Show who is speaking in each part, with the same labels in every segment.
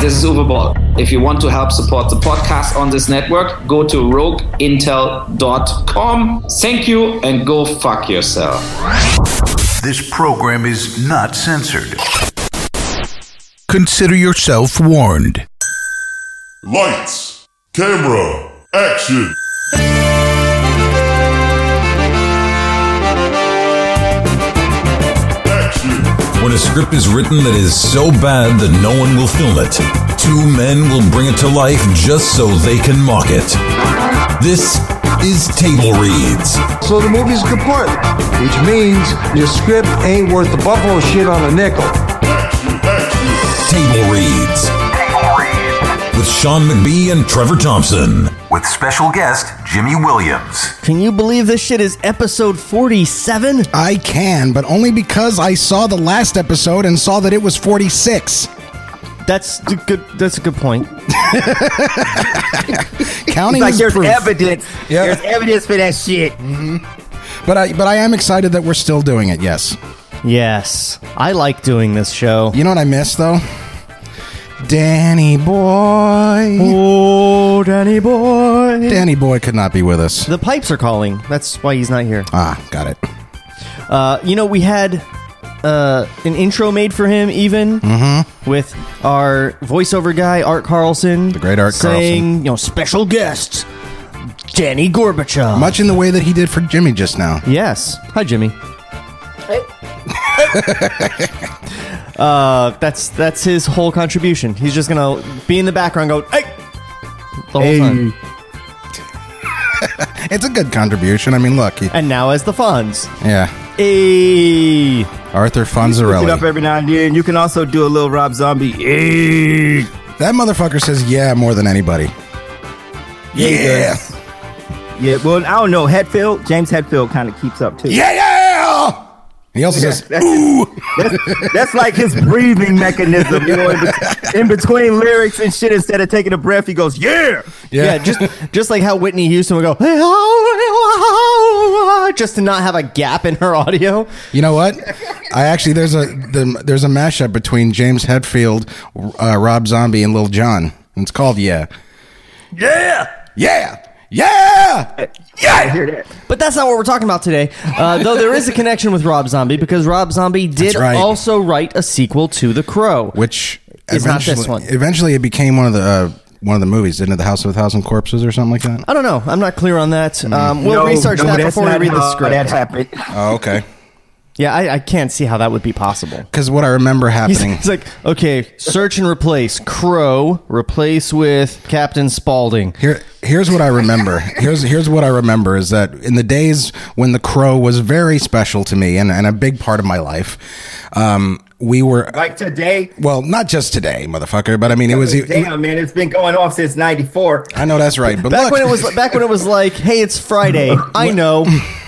Speaker 1: this is Uwe Ball. If you want to help support the podcast on this network, go to rogueintel.com. Thank you and go fuck yourself.
Speaker 2: This program is not censored.
Speaker 3: Consider yourself warned.
Speaker 4: Lights, camera, action. Action.
Speaker 5: When a script is written that is so bad that no one will film it, two men will bring it to life just so they can mock it. This is Table Reads.
Speaker 6: So the movie's kaput, which means your script ain't worth the buffalo shit on a nickel.
Speaker 5: Table Reads. With Sean McBee and Trevor Thompson.
Speaker 2: With special guest Jimmy Williams.
Speaker 7: Can you believe this shit is episode 47?
Speaker 8: I can, but only because I saw the last episode and saw that it was 46.
Speaker 7: That's a good that's a good point.
Speaker 8: Counting
Speaker 9: like
Speaker 8: is
Speaker 9: there's
Speaker 8: proof.
Speaker 9: evidence.
Speaker 8: Yeah.
Speaker 9: There's evidence for that shit.
Speaker 8: But I but I am excited that we're still doing it. Yes.
Speaker 7: Yes. I like doing this
Speaker 9: Oh.
Speaker 7: show.
Speaker 8: You know what I miss though? Danny boy.
Speaker 7: Oh, Danny boy.
Speaker 8: Danny boy could not be with us.
Speaker 7: The pipes are calling. That's why he's not here.
Speaker 8: Ah, got it.
Speaker 7: Uh, you know, we had uh, an intro made for him, even with our voiceover guy Art Carlson, the
Speaker 8: great Art
Speaker 7: saying,
Speaker 8: Carlson.
Speaker 7: you know, special guest Danny Gorbachev.
Speaker 8: Much in the way that he did for Jimmy just now.
Speaker 7: Yes. Hi, Jimmy. uh, that's that's his whole contribution. He's just gonna be in the background, go hey, the whole time.
Speaker 8: It's a good contribution. I mean, look, he,
Speaker 7: And now as the Fonz,
Speaker 8: yeah,
Speaker 7: hey,
Speaker 8: Arthur
Speaker 9: Pick it up
Speaker 8: Fonzarelli.
Speaker 9: every now and then. You can also do a little Rob Zombie. Eh.
Speaker 8: That motherfucker says yeah more than anybody. Yeah,
Speaker 9: Yeah, well, I don't know. Hatfield, James Hatfield kind of keeps up too.
Speaker 8: yeah, yeah. He also says ooh.
Speaker 9: That's like his breathing mechanism, you know, in, bet- in between lyrics and shit. Instead of taking a breath, he goes, "Yeah."
Speaker 7: yeah. just just like how Whitney Houston would go oh, "Hey, oh, just to not have a gap in her audio.
Speaker 8: You know what? I actually there's a the, there's a mashup between James Hetfield, uh, Rob Zombie, and Lil Jon. And it's called Yeah, Yeah, Yeah, Yeah.
Speaker 9: I hear that.
Speaker 7: But that's not what we're talking about today. Uh, though there is a connection with Rob Zombie because Rob Zombie did
Speaker 8: That's right.
Speaker 7: also write a sequel to The Crow,
Speaker 8: Which
Speaker 7: It's not this
Speaker 8: eventually-
Speaker 7: one.
Speaker 8: Eventually, it became one of the uh, one of the movies, didn't it? The House of a Thousand Corpses or something like that.
Speaker 7: I don't know. I'm not clear on that. Um, we'll
Speaker 9: Mm. No,
Speaker 7: research
Speaker 9: no,
Speaker 7: that
Speaker 9: that's
Speaker 7: before we
Speaker 9: not
Speaker 7: read the
Speaker 9: how
Speaker 7: script.
Speaker 9: That happened.
Speaker 8: Oh, okay.
Speaker 7: yeah, I, I can't see how that would be possible.
Speaker 8: Because what I remember
Speaker 7: He's,
Speaker 8: happening,
Speaker 7: he's like, okay, search and replace Crow, replace with Captain Spaulding.
Speaker 8: Here, here's what I remember. Here's here's what I remember is that in the days when the crow was very special to me and, and a big part of my life, um, we were
Speaker 9: Like today,
Speaker 8: well, not just today, motherfucker, but I mean it was. e-,
Speaker 9: damn man, it's been going off since '94.
Speaker 8: I know that's right, but
Speaker 7: Back
Speaker 8: look,
Speaker 7: when it was back when it was like, hey, it's Friday. I know.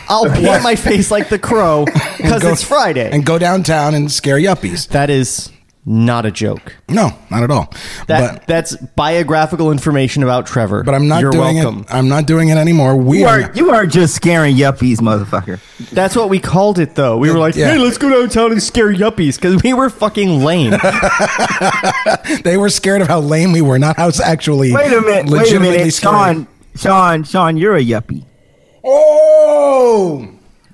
Speaker 7: I'll paint my face like the crow because
Speaker 8: go-
Speaker 7: it's Friday.
Speaker 8: and go downtown and scare yuppies.
Speaker 7: that is not a joke.
Speaker 8: No, not at all.
Speaker 7: That
Speaker 8: but
Speaker 7: that's biographical information about Trevor.
Speaker 8: but I'm not
Speaker 7: You're
Speaker 8: doing
Speaker 7: welcome.
Speaker 8: it. I'm not doing it anymore. We
Speaker 9: You
Speaker 8: are.
Speaker 9: are you are just scaring yuppies, motherfucker.
Speaker 7: That's what we called it, though. We were like,
Speaker 8: Yeah.
Speaker 7: "Hey, let's go downtown and scare yuppies," because we were fucking lame.
Speaker 8: They were scared of how lame we were, not how it's actually
Speaker 9: Wait a minute, wait a
Speaker 8: legitimately
Speaker 9: minute,
Speaker 8: scary.
Speaker 9: Sean, Sean, Sean, you're a yuppie.
Speaker 8: Oh.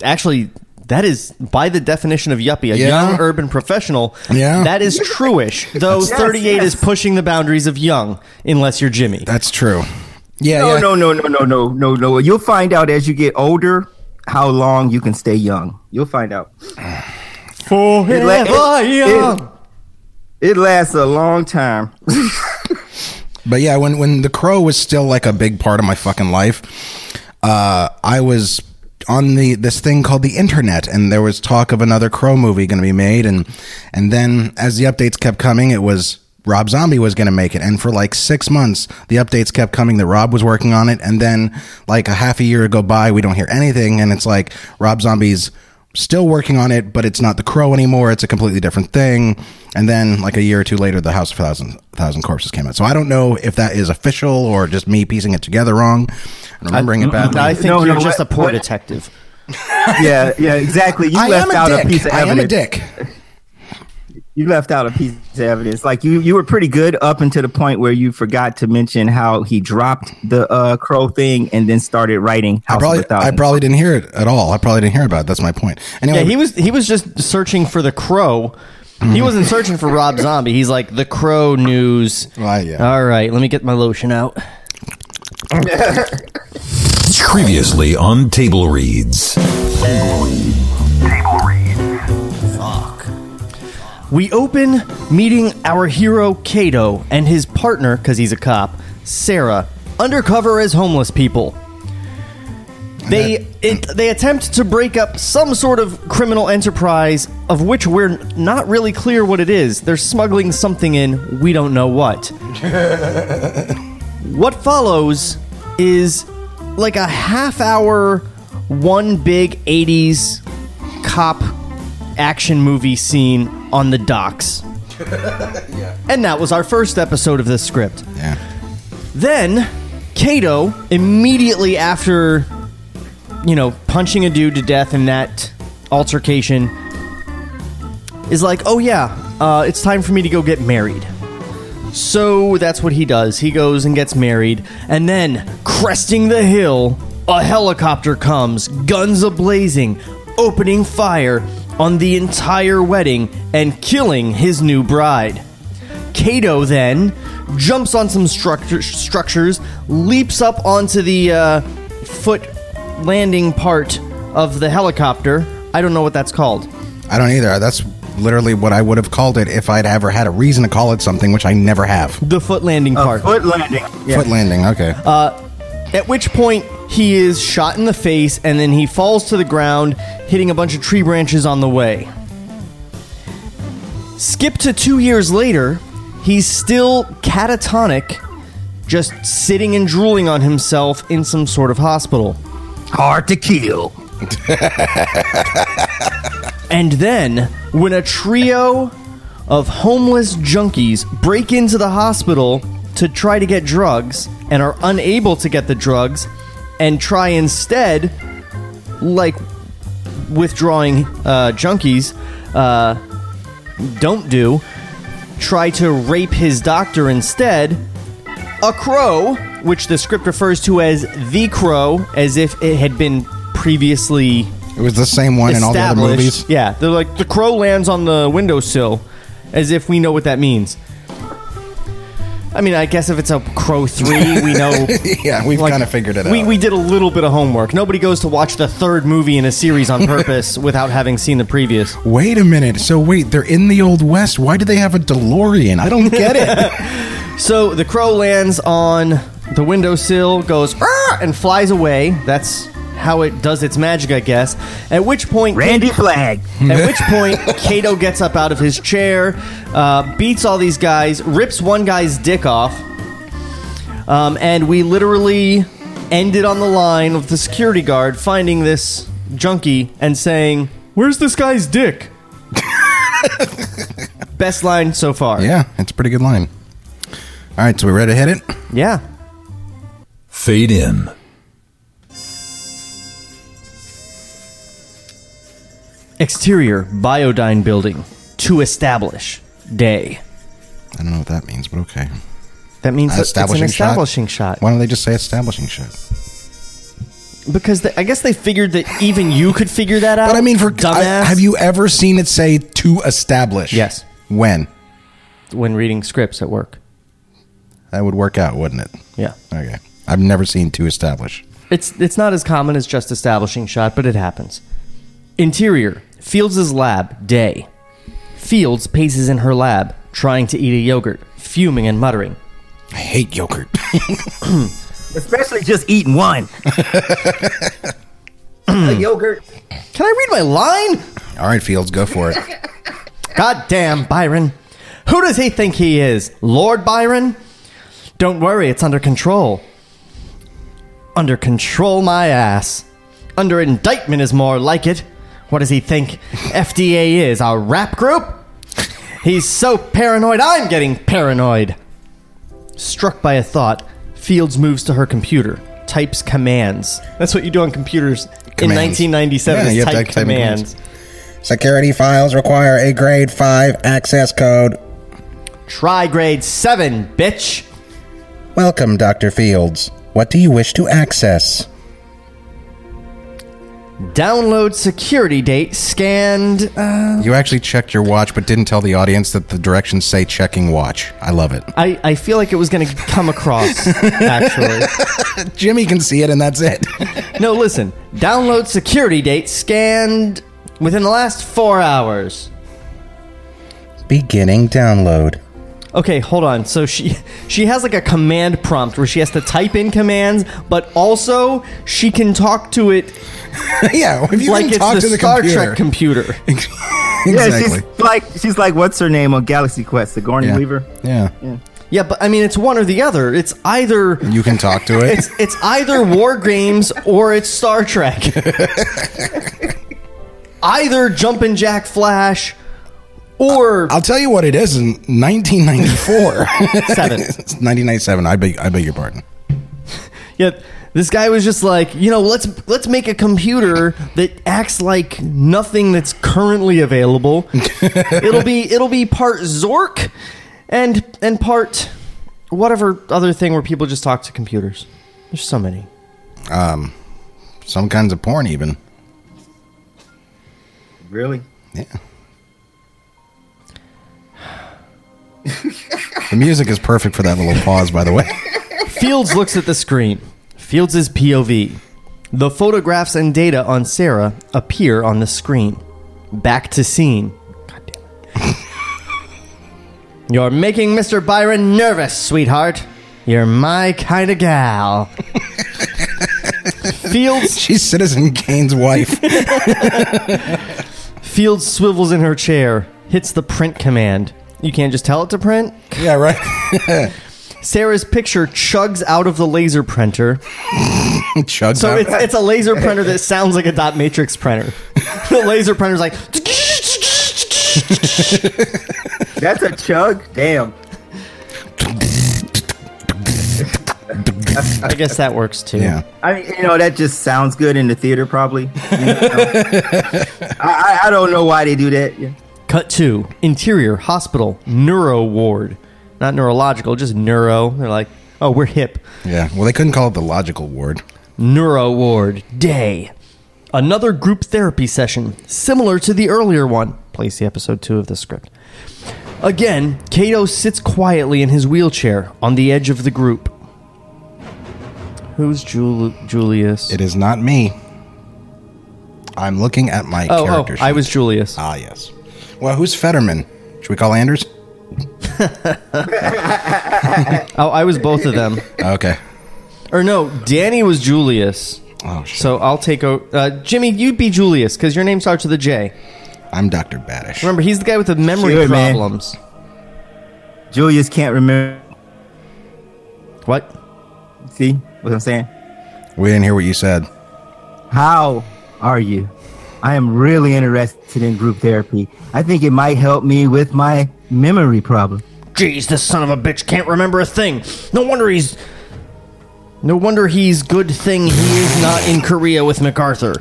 Speaker 7: Actually, that is by the definition of yuppie, a
Speaker 8: Yeah.
Speaker 7: young urban professional.
Speaker 8: Yeah.
Speaker 7: that is truish. Though
Speaker 9: Yes,
Speaker 7: thirty-eight is
Speaker 9: yes.
Speaker 7: pushing the boundaries of young, unless you're Jimmy.
Speaker 8: That's true. Yeah,
Speaker 9: No,
Speaker 8: yeah.
Speaker 9: no, no, no, no, no, no, no. You'll find out as you get older how long you can stay young. You'll find out.
Speaker 7: Forever
Speaker 9: la- it-
Speaker 7: young.
Speaker 9: It lasts a long time.
Speaker 8: But yeah, when when The Crow was still like a big part of my fucking life, uh, I was on the this thing called the internet, and there was talk of another Crow movie going to be made, and and then as the updates kept coming, it was. Rob Zombie was going to make it. And for like six months, the updates kept coming that Rob was working on it. And then like a half a year go by, we don't hear anything. And it's like Rob Zombie's still working on it, but it's not the crow anymore. It's a completely different thing. And then, like a year or two later, the House of Thousand Thousand Corpses came out. So I don't know if that is official or just me piecing it together wrong and remembering it badly.
Speaker 7: I think
Speaker 9: No,
Speaker 7: you're
Speaker 9: no,
Speaker 7: just
Speaker 9: what-
Speaker 7: a poor
Speaker 9: what-
Speaker 7: detective.
Speaker 9: yeah, yeah, exactly. You
Speaker 8: I
Speaker 9: left
Speaker 8: am
Speaker 9: out
Speaker 8: a
Speaker 9: a piece
Speaker 8: dick.
Speaker 9: of
Speaker 8: I
Speaker 9: evidence.
Speaker 8: am a dick.
Speaker 9: You left out a piece of evidence. Like you, you were pretty good up until the point where you forgot to mention how he dropped the uh, crow thing and then started writing. House
Speaker 8: I
Speaker 9: of
Speaker 8: probably,
Speaker 9: a Thousand.
Speaker 8: I probably didn't hear it at all. I probably didn't hear about it. That's my point. Anyway,
Speaker 7: Yeah, he was he was just searching for the crow. He wasn't searching for Rob Zombie. He's like the crow news.
Speaker 8: Right, yeah.
Speaker 7: All right, let me get my lotion out.
Speaker 5: Previously on Table Reads.
Speaker 7: We open meeting our hero Kato and his partner, because he's a cop, Sarah, undercover as homeless people. They it, they attempt to break up some sort of criminal enterprise of which we're not really clear what it is. They're smuggling something in, we don't know what. what follows is like a half hour one big 80s cop action movie scene on the docks. And that was our first episode of this script.
Speaker 8: yeah.
Speaker 7: Then Kato immediately after you know punching a dude to death in that altercation is like, "Oh yeah, uh, it's time for me to go get married." So that's what he does. He goes and gets married, and then cresting the hill, a helicopter comes, guns a blazing, opening fire on the entire wedding and killing his new bride. Kato then jumps on some structure, structures, leaps up onto the uh, foot landing part of the helicopter. I don't know what that's called.
Speaker 8: I don't either. That's literally what I would have called it if I'd ever had a reason to call it something, which I never have.
Speaker 7: The foot landing part.
Speaker 9: foot landing. Yeah. Uh,
Speaker 8: Foot landing. Okay.
Speaker 7: At which point, he is shot in the face and then he falls to the ground, hitting a bunch of tree branches on the way. Skip to two years later, he's still catatonic, just sitting and drooling on himself in some sort of hospital.
Speaker 9: Hard to kill.
Speaker 7: And then, when a trio of homeless junkies break into the hospital to try to get drugs and are unable to get the drugs and try instead, like withdrawing uh, junkies uh, don't do, try to rape his doctor instead, a crow, which the script refers to as the crow, as if it had been previously
Speaker 8: it was the same one in all the other
Speaker 7: established-
Speaker 8: movies.
Speaker 7: Yeah, they're like the crow lands on the windowsill, as if we know what that means. I mean, I guess if it's a crow three, we know.
Speaker 8: Yeah, we've
Speaker 7: like,
Speaker 8: kind of figured it
Speaker 7: we,
Speaker 8: out.
Speaker 7: We did a little bit of homework. Nobody goes to watch the third movie in a series on purpose without having seen the previous.
Speaker 8: wait a minute. So wait, they're in the old west. Why do they have a DeLorean? I don't get it.
Speaker 7: So the crow lands on the windowsill, goes "Arr!" and flies away. That's how it does its magic, I guess. At which point,
Speaker 9: Randy Flag.
Speaker 7: At which point, Kato gets up out of his chair, uh, beats all these guys, rips one guy's dick off, um, and we literally ended on the line with the security guard finding this junkie and saying, "Where's this guy's dick?" Best line so far.
Speaker 8: yeah, it's a pretty good line. All right, so we ready to hit it?
Speaker 7: Yeah.
Speaker 5: Fade in.
Speaker 7: Exterior Biodyne building to establish day.
Speaker 8: I don't know what that means, but okay.
Speaker 7: That means that it's an
Speaker 8: Establishing shot?
Speaker 7: establishing shot.
Speaker 8: Why don't they just say establishing shit?
Speaker 7: Because they, I guess they figured that even you could figure that out.
Speaker 8: But I mean, for
Speaker 7: dumbass.
Speaker 8: I- have you ever seen it say to establish?
Speaker 7: Yes.
Speaker 8: When
Speaker 7: when reading scripts at work?
Speaker 8: that would work out, wouldn't it?
Speaker 7: Yeah,
Speaker 8: Okay, I've never seen to establish.
Speaker 7: it's it's not as common as just establishing shot, but it happens. Interior: Fields' lab. Day. Fields paces in her lab, trying to eat a yogurt, fuming and muttering.
Speaker 8: I hate yogurt.
Speaker 9: Especially just eating one. A yogurt.
Speaker 7: Can I read my line?
Speaker 8: All right, Fields, go for it.
Speaker 7: God damn, Byron. Who does he think he is? Lord Byron? Don't worry, it's under control. Under control, my ass. Under indictment is more like it. What does he think FDA is? Our rap group? He's so paranoid, I'm getting paranoid. Struck by a thought, Fields moves to her computer, types commands. That's what you do on computers in
Speaker 8: Commands.
Speaker 7: 1997
Speaker 8: Yeah,
Speaker 7: is
Speaker 8: you have to
Speaker 7: type
Speaker 8: type in commands.
Speaker 7: commands.
Speaker 3: Security files require a grade 5 access code.
Speaker 7: Try grade seven, bitch.
Speaker 3: Welcome, Dr. Fields. What do you wish to access?
Speaker 7: Download security date scanned. Uh,
Speaker 8: You actually checked your watch, but didn't tell the audience that the directions say checking watch. I love it.
Speaker 7: I, I feel like it was going to come across, actually.
Speaker 8: Jimmy can see it, and that's it.
Speaker 7: No, listen. Download security date scanned within the last four hours.
Speaker 3: Beginning download.
Speaker 7: Okay, hold on. So she she has like a command prompt where she has to type in commands, but also she can talk to it
Speaker 8: yeah, if you
Speaker 7: like
Speaker 8: can
Speaker 7: it's
Speaker 8: talk
Speaker 7: the,
Speaker 8: to the
Speaker 7: Star
Speaker 8: computer.
Speaker 7: Trek computer.
Speaker 8: exactly.
Speaker 9: Yeah, she's like she's like what's her name on Galaxy Quest, the Sigourney
Speaker 8: yeah.
Speaker 9: Weaver.
Speaker 8: Yeah.
Speaker 7: yeah, but I mean it's one or the other. It's either
Speaker 8: you can talk to it.
Speaker 7: it's it's either War Games or it's Star Trek. either Jumpin' Jack Flash or
Speaker 8: I'll tell you what it is in 1994.
Speaker 7: Seven.
Speaker 8: It's 1997. I beg, I beg your pardon.
Speaker 7: Yet this guy was just like, you know, let's let's make a computer that acts like nothing that's currently available. it'll be it'll be part Zork and and part whatever other thing where people just talk to computers. There's so many.
Speaker 8: Some kinds of porn, even.
Speaker 9: Really?
Speaker 8: Yeah. the music is perfect for that little pause, by the way.
Speaker 7: Fields looks at the screen. Fields' POV. The photographs and data on Sarah appear on the screen. Back to scene. God damn it. You're making Mr. Byron nervous, sweetheart. You're my kind of gal. Fields
Speaker 8: She's Citizen Kane's wife.
Speaker 7: Fields swivels in her chair, hits the print command. You can't just tell it to print.
Speaker 8: yeah, right.
Speaker 7: Sarah's picture chugs out of the laser printer.
Speaker 8: Chugs
Speaker 7: So
Speaker 8: out.
Speaker 7: it's, it's a laser printer that sounds like a dot matrix printer. the laser printer's like,
Speaker 9: That's a chug. Damn.
Speaker 7: I guess that works too.
Speaker 8: yeah.
Speaker 9: I mean, you know, that just sounds good in the theater, probably. You know? I, I I don't know why they do that. Yeah.
Speaker 7: Cut two. Interior hospital neuro ward, not neurological, just neuro. They're like, oh, we're hip.
Speaker 8: Yeah. Well, they couldn't call it the logical ward.
Speaker 7: Neuro ward day. Another group therapy session, similar to the earlier one. Place the episode two of the script. Again, Kato sits quietly in his wheelchair on the edge of the group. Who's Jul- Julius?
Speaker 8: It is not me. I'm looking at my
Speaker 7: Oh,
Speaker 8: character.
Speaker 7: oh I
Speaker 8: sheet.
Speaker 7: was Julius.
Speaker 8: Ah, yes. Well, who's Fetterman? Should we call Anders?
Speaker 7: Oh, I was both of them.
Speaker 8: Okay.
Speaker 7: Or no, Danny was Julius.
Speaker 8: Oh, shit.
Speaker 7: So I'll take o Uh, Jimmy, you'd be Julius because your name starts with a J.
Speaker 8: I'm Dr. Badish.
Speaker 7: Remember, he's the guy with the memory
Speaker 9: Sure, man.
Speaker 7: problems.
Speaker 9: Julius can't remember.
Speaker 7: What?
Speaker 9: See what I'm saying?
Speaker 8: We didn't hear what you said.
Speaker 9: How are you? I am really interested in group therapy. I think it might help me with my memory problem.
Speaker 7: Jeez, this son of a bitch can't remember a thing. No wonder he's. No wonder he's good thing he is not in Korea with MacArthur.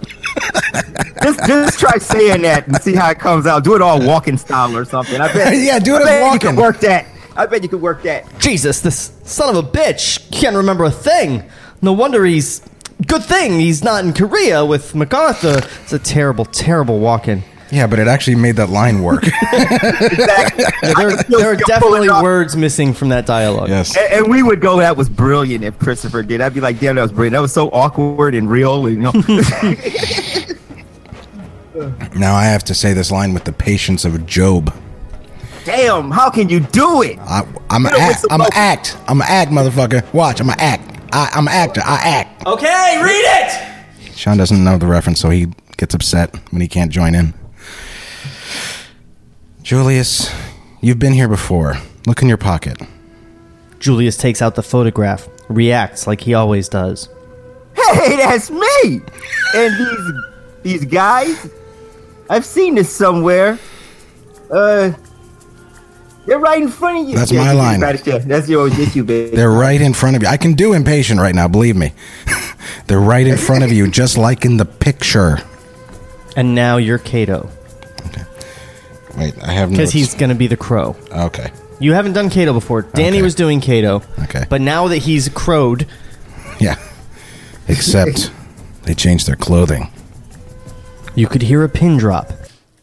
Speaker 9: Just, just try saying that and see how it comes out. Do it all walking style or something. I bet.
Speaker 8: Yeah, do it
Speaker 9: I
Speaker 8: as
Speaker 9: bet You
Speaker 8: walking.
Speaker 9: could work that. I bet you could work that.
Speaker 7: Jesus, this son of a bitch can't remember a thing. No wonder he's. Good thing he's not in Korea with MacArthur. It's a terrible, terrible walk in.
Speaker 8: Yeah, but it actually made that line work.
Speaker 7: There,
Speaker 9: still-
Speaker 7: there are
Speaker 9: still
Speaker 7: definitely
Speaker 9: pulling off.
Speaker 7: words missing from that dialogue.
Speaker 8: yes.
Speaker 9: And, and we would go, that was brilliant if Christopher did. I'd be like, damn, that was brilliant. That was so awkward and real. And, you know,
Speaker 8: Now I have to say this line with the patience of Job.
Speaker 9: damn, how can you do it?
Speaker 8: I, I'm
Speaker 9: know,
Speaker 8: act.
Speaker 9: it's a
Speaker 8: I'm a
Speaker 9: mo-
Speaker 8: act. I'm a act, motherfucker. Watch, I'm a act. I, I'm an actor. I act.
Speaker 7: Okay, read it!
Speaker 8: Sean doesn't know the reference, so he gets upset when he can't join in. Julius, you've been here before. Look in your pocket.
Speaker 7: Julius takes out the photograph, reacts like he always does.
Speaker 9: Hey, that's me. And these these guys, I've seen this somewhere. Uh, they're right in front of you.
Speaker 8: That's my
Speaker 9: you
Speaker 8: line.
Speaker 9: got it, yeah. That's your that's you, baby.
Speaker 8: They're right in front of you. I can do impatient right now, believe me. They're right in front of you, just like in the picture.
Speaker 7: And now you're Kato.
Speaker 8: Wait, I have
Speaker 7: because
Speaker 8: notes.
Speaker 7: he's going to be the crow.
Speaker 8: okay.
Speaker 7: You haven't done Kato before. Danny
Speaker 8: Okay.
Speaker 7: was doing Kato.
Speaker 8: Okay.
Speaker 7: But now that he's crowed,
Speaker 8: Yeah. Except they changed their clothing.
Speaker 7: you could hear a pin drop.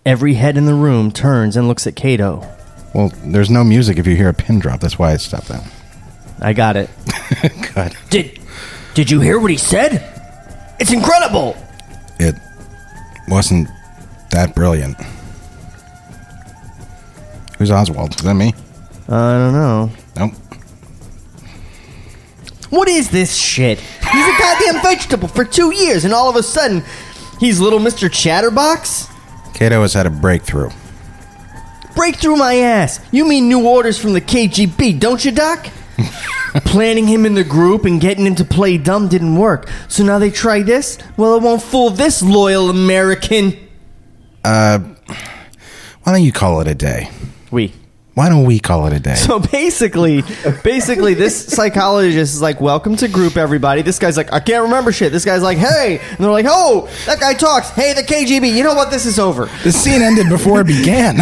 Speaker 7: Every head in the room turns and looks at Kato.
Speaker 8: Well, there's no music if you hear a pin drop. That's why I stopped that.
Speaker 7: I got it.
Speaker 8: God,
Speaker 7: Did Did you hear what he said? It's incredible.
Speaker 8: it wasn't that brilliant. Who's Oswald? Is that me?
Speaker 7: I don't know.
Speaker 8: Nope.
Speaker 7: What is this shit? He's a goddamn vegetable for two years, and all of a sudden, he's little Mister Chatterbox.
Speaker 8: Kato has had a breakthrough.
Speaker 7: Break through my ass. You mean new orders from the KGB, don't you, Doc? Planning him in the group and getting him to play dumb didn't work. So now they try this? Well, it won't fool this loyal American.
Speaker 8: Why don't you call it a day?
Speaker 7: We.
Speaker 8: Why don't we call it a day?
Speaker 7: So basically, basically, this psychologist is like, "Welcome to group, everybody." This guy's like, "I can't remember shit." This guy's like, "Hey," and they're like, "Oh, that guy talks." Hey, the KGB. You know what? This is over.
Speaker 8: the scene ended before it began.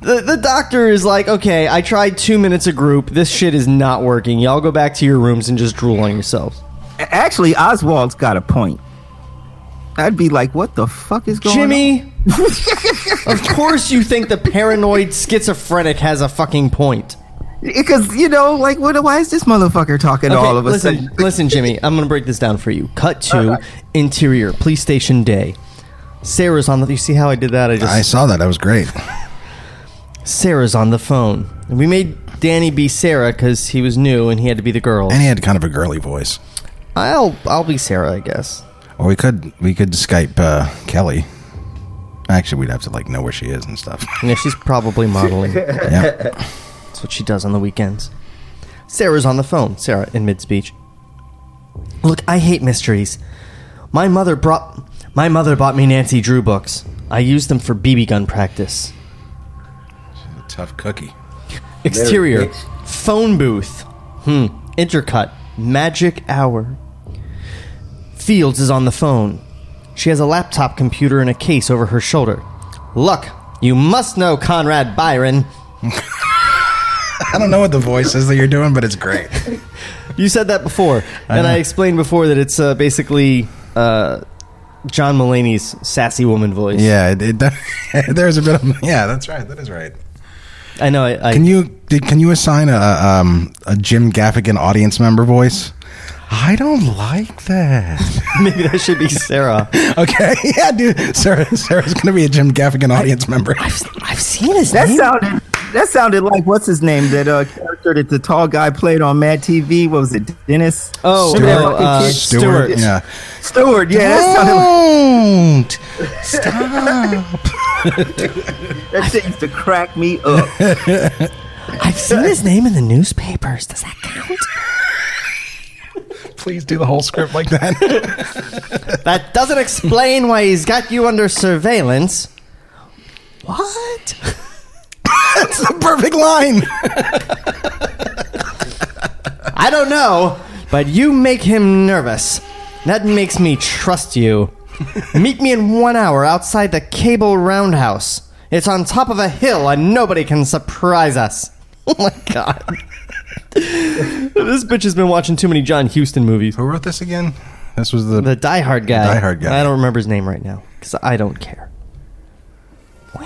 Speaker 7: the, the doctor is like, okay, I tried two minutes a group. This shit is not working. Y'all go back to your rooms and just drool on yourselves.
Speaker 9: A- Actually, Oswald's got a point. I'd be like, what the fuck is going on?
Speaker 7: Jimmy, of course you think the paranoid schizophrenic has a fucking point.
Speaker 9: Because, you know, like, what, why is this motherfucker talking to
Speaker 7: Okay,
Speaker 9: all of us?
Speaker 7: listen, listen, Jimmy. I'm gonna break this down for you. Cut to interior police station day. Sarah's on the. You see how I did that? I just
Speaker 8: I saw that. That was great.
Speaker 7: Sarah's on the phone. And we made Danny be Sarah because he was new and he had to be the girl.
Speaker 8: And he had kind of a girly voice.
Speaker 7: I'll I'll be Sarah, I guess.
Speaker 8: Or we could we could Skype uh, Kelly. Actually, we'd have to like know where she is and stuff.
Speaker 7: Yeah, she's probably modeling. That's
Speaker 8: yeah.
Speaker 7: what she does on the weekends. Sarah's on the phone. Sarah in mid speech. Look, I hate mysteries. My mother brought my mother bought me Nancy Drew books. I used them for BB gun practice.
Speaker 8: Tough cookie.
Speaker 7: Exterior
Speaker 9: bitch.
Speaker 7: phone booth. Hmm. Intercut. Magic hour. Fields is on the phone. She has a laptop computer in a case over her shoulder. Look, you must know Conrad Byron.
Speaker 8: I don't know what the voice is that you're doing, but it's great.
Speaker 7: You said that before, and I explained before that it's uh, basically uh, John Mulaney's sassy woman voice.
Speaker 8: Yeah, it, it, there's a bit of yeah. That's right. That is right.
Speaker 7: I know. I, I
Speaker 8: Can you did, can you assign a um, a Jim Gaffigan audience member voice? I don't like that.
Speaker 7: maybe that should be Sarah.
Speaker 8: okay, yeah, dude. Sarah, Sarah's gonna be a Jim Gaffigan audience member.
Speaker 7: I've seen his
Speaker 9: That
Speaker 7: name.
Speaker 9: sounded that sounded like what's his name? That uh, character that the tall guy played on Mad TV. What was it, Dennis?
Speaker 7: Oh,
Speaker 9: Remember that
Speaker 7: oh,
Speaker 9: fucking
Speaker 7: uh,
Speaker 9: kid?
Speaker 7: Stewart.
Speaker 8: Yeah.
Speaker 9: Stewart. Yeah, that sounded like
Speaker 8: Don't stop.
Speaker 9: that shit used to crack me up.
Speaker 7: I've seen his name in the newspapers. Does that count?
Speaker 8: Please do the whole script like that.
Speaker 7: That doesn't explain why he's got you under surveillance. What?
Speaker 8: That's the perfect line.
Speaker 7: I don't know, but you make him nervous. That makes me trust you. Meet me in one hour outside the cable roundhouse. It's on top of a hill and nobody can surprise us. Oh my god. this bitch has been watching too many John Huston movies.
Speaker 8: Who wrote this again? This was the.
Speaker 7: The Die Hard guy.
Speaker 8: Die Hard guy.
Speaker 7: I don't remember his name right now because I don't care.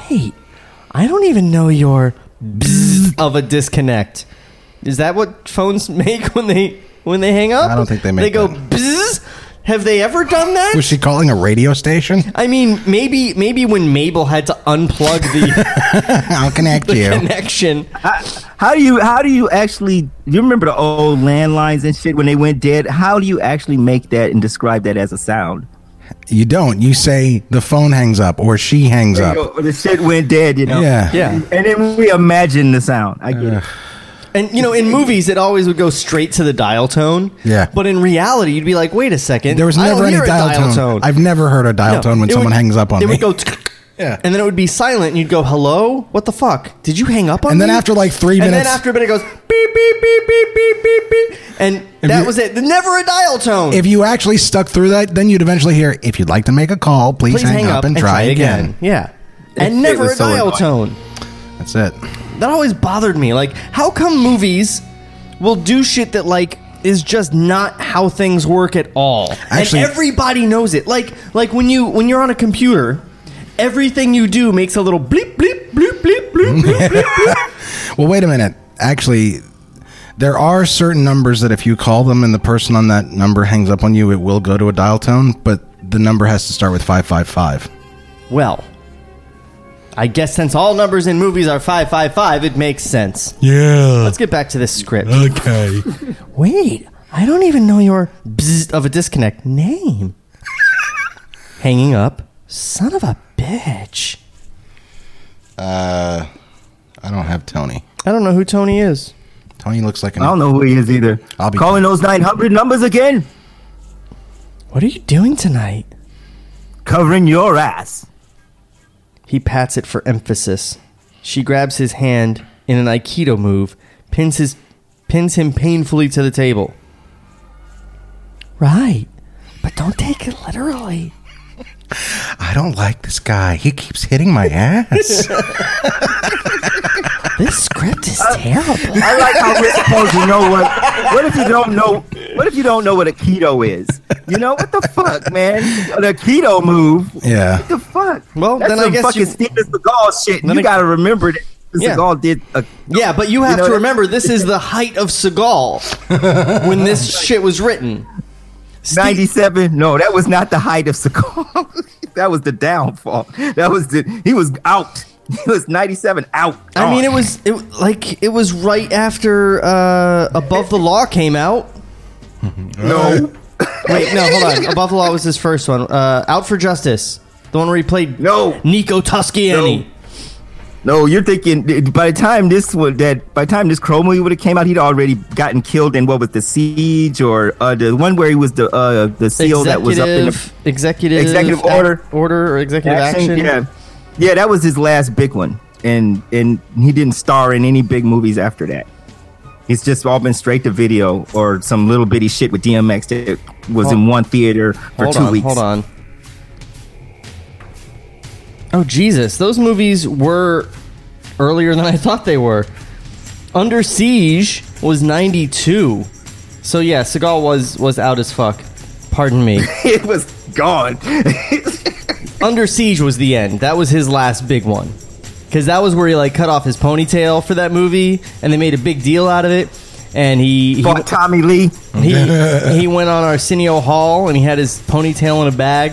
Speaker 7: Wait, I don't even know your bzzz of a disconnect. Is that what phones make when they when they hang up?
Speaker 8: I don't think they make
Speaker 7: They go
Speaker 8: that.
Speaker 7: bzzz. Have they ever done that?
Speaker 8: was she calling a radio station?
Speaker 7: I mean, maybe maybe when Mabel had to unplug the
Speaker 8: I'll connect you.
Speaker 7: connection.
Speaker 9: How do you how do you actually you remember the old landlines and shit when they went dead? How do you actually make that and describe that as a sound?
Speaker 8: You don't. You say the phone hangs up or she hangs
Speaker 9: You
Speaker 8: up.
Speaker 9: know, the shit went dead, you know.
Speaker 8: Yeah.
Speaker 7: Yeah,
Speaker 9: And then we imagine the sound. I get it.
Speaker 7: and you know, in movies, it always would go straight to the dial tone.
Speaker 8: Yeah.
Speaker 7: but in reality, you'd be like, "Wait a second,
Speaker 8: There was
Speaker 7: I don't
Speaker 8: never any
Speaker 7: hear a
Speaker 8: dial, tone. I've never heard a dial
Speaker 7: No,
Speaker 8: tone when
Speaker 7: it
Speaker 8: someone
Speaker 7: would-
Speaker 8: hangs up on
Speaker 7: it
Speaker 8: me.
Speaker 7: would go, tsk,
Speaker 8: Yeah.
Speaker 7: and then it would be silent, and you'd go, "Hello, what the fuck? Did you hang up on?"
Speaker 8: And then
Speaker 7: me?"
Speaker 8: after, like, three
Speaker 7: and
Speaker 8: minutes-
Speaker 7: then after a minute, it goes beep beep beep beep beep beep beep, and that
Speaker 8: you-
Speaker 7: was it. Never a dial tone.
Speaker 8: if you actually stuck through that, then you'd eventually hear, if you'd like to make a call, please, hang, up, and try, again.
Speaker 7: Yeah, and
Speaker 8: It
Speaker 7: never
Speaker 8: was
Speaker 7: a
Speaker 8: so
Speaker 7: dial
Speaker 8: annoying.
Speaker 7: tone.
Speaker 8: That's it.
Speaker 7: That always bothered me. Like, how come movies will do shit that like is just not how things work at all?
Speaker 8: Actually-
Speaker 7: and everybody knows it. Like, like when you when you're on a computer, everything you do makes a little bleep bleep bleep bleep bleep bleep. bleep, bleep.
Speaker 8: Well, wait a minute. Actually, there are certain numbers that if you call them and the person on that number hangs up on you, it will go to a dial tone, but the number has to start with 555.
Speaker 7: Well, I guess since all numbers in movies are five five five, it makes sense.
Speaker 5: Yeah.
Speaker 7: Let's get back to this script.
Speaker 5: Okay.
Speaker 7: Wait, I don't even know your bzz of a disconnect name. Hanging up. Son of a bitch.
Speaker 8: I don't have Tony.
Speaker 7: I don't know who Tony is.
Speaker 8: Tony looks like an.
Speaker 9: I don't know who he is either.
Speaker 8: I'll be-
Speaker 9: calling those 900 numbers again,
Speaker 7: What are you doing tonight?
Speaker 9: covering your ass.
Speaker 7: He pats it for emphasis. She grabs his hand in an aikido move, pins his pins him painfully to the table. Right. But don't take it literally.
Speaker 8: I don't like this guy. He keeps hitting my ass.
Speaker 7: This script is terrible.
Speaker 9: I like how we're supposed to know what. What if you don't know? What if you don't know what a keto is? You know what the fuck, man? The keto move. What
Speaker 8: yeah.
Speaker 9: the fuck?
Speaker 7: Well,
Speaker 9: That's
Speaker 7: then I
Speaker 9: some
Speaker 7: guess
Speaker 9: fucking
Speaker 7: you-
Speaker 9: Steven Seagal shit.
Speaker 7: Then
Speaker 9: You
Speaker 7: I-
Speaker 9: gotta remember that Steven
Speaker 7: Yeah.
Speaker 9: Seagal did a
Speaker 7: Yeah, but you have
Speaker 9: know
Speaker 7: to
Speaker 9: that-
Speaker 7: remember this is the height of Seagal when this shit was written. Steve-
Speaker 9: 97. No, that was not the height of Seagal. that was the downfall. That was the he was out. He was 97 out.
Speaker 7: I mean, it was it like it was right after uh, Above the Law came out.
Speaker 9: no,
Speaker 7: Wait, no, hold on. Above the Law was his first one. Uh, Out for Justice, the one where he played
Speaker 9: No.
Speaker 7: Nico Tusciani.
Speaker 9: No. no. You're thinking by the time this would that by the time this Crow movie would have came out, he'd already gotten killed in what was the siege or uh, the one where he was the uh, the seal
Speaker 7: Executive,
Speaker 9: that was up in the
Speaker 7: executive,
Speaker 9: Executive order.
Speaker 7: order or executive action.
Speaker 9: Yeah, yeah, that was his last big one, and and he didn't star in any big movies after that. It's just all been straight to video or some little bitty shit with DMX that was in one theater for
Speaker 7: hold
Speaker 9: two
Speaker 7: on,
Speaker 9: weeks.
Speaker 7: Hold on. Oh Jesus, those movies were earlier than I thought they were. Under Siege was 92. So yeah, Seagal was was out as fuck. Pardon me.
Speaker 9: It was gone.
Speaker 7: Under Siege was the end. That was his last big one. Cuz that was where he like cut off his ponytail for that movie and they made a big deal out of it and he he,
Speaker 9: Fought Tommy Lee.
Speaker 7: he, he went on Arsenio Hall and he had his ponytail in a bag.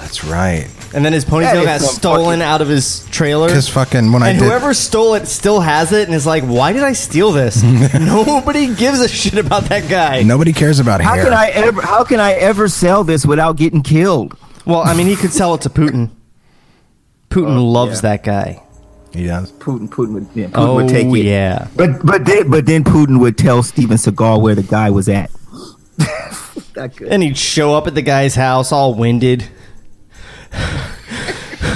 Speaker 8: That's right.
Speaker 7: And then his ponytail
Speaker 9: is
Speaker 7: got
Speaker 9: some
Speaker 7: stolen
Speaker 9: fucking-
Speaker 7: out of his trailer.
Speaker 8: Because fucking when I
Speaker 7: and
Speaker 8: did.
Speaker 7: whoever stole it still has it and is like, why did I steal this? Nobody gives a shit about that guy.
Speaker 8: Nobody cares about
Speaker 9: How
Speaker 8: hair.
Speaker 9: can I ever? How can I ever sell this without getting killed?
Speaker 7: Well, I mean, he could sell it to Putin. Putin
Speaker 9: Oh,
Speaker 7: loves that guy.
Speaker 8: He does.
Speaker 9: Putin, Putin would, yeah, Putin
Speaker 7: Oh,
Speaker 9: would take it.
Speaker 7: yeah.
Speaker 9: But but then but then Putin would tell Steven Seagal where the guy was at. Not good.
Speaker 7: And he'd show up at the guy's house all winded.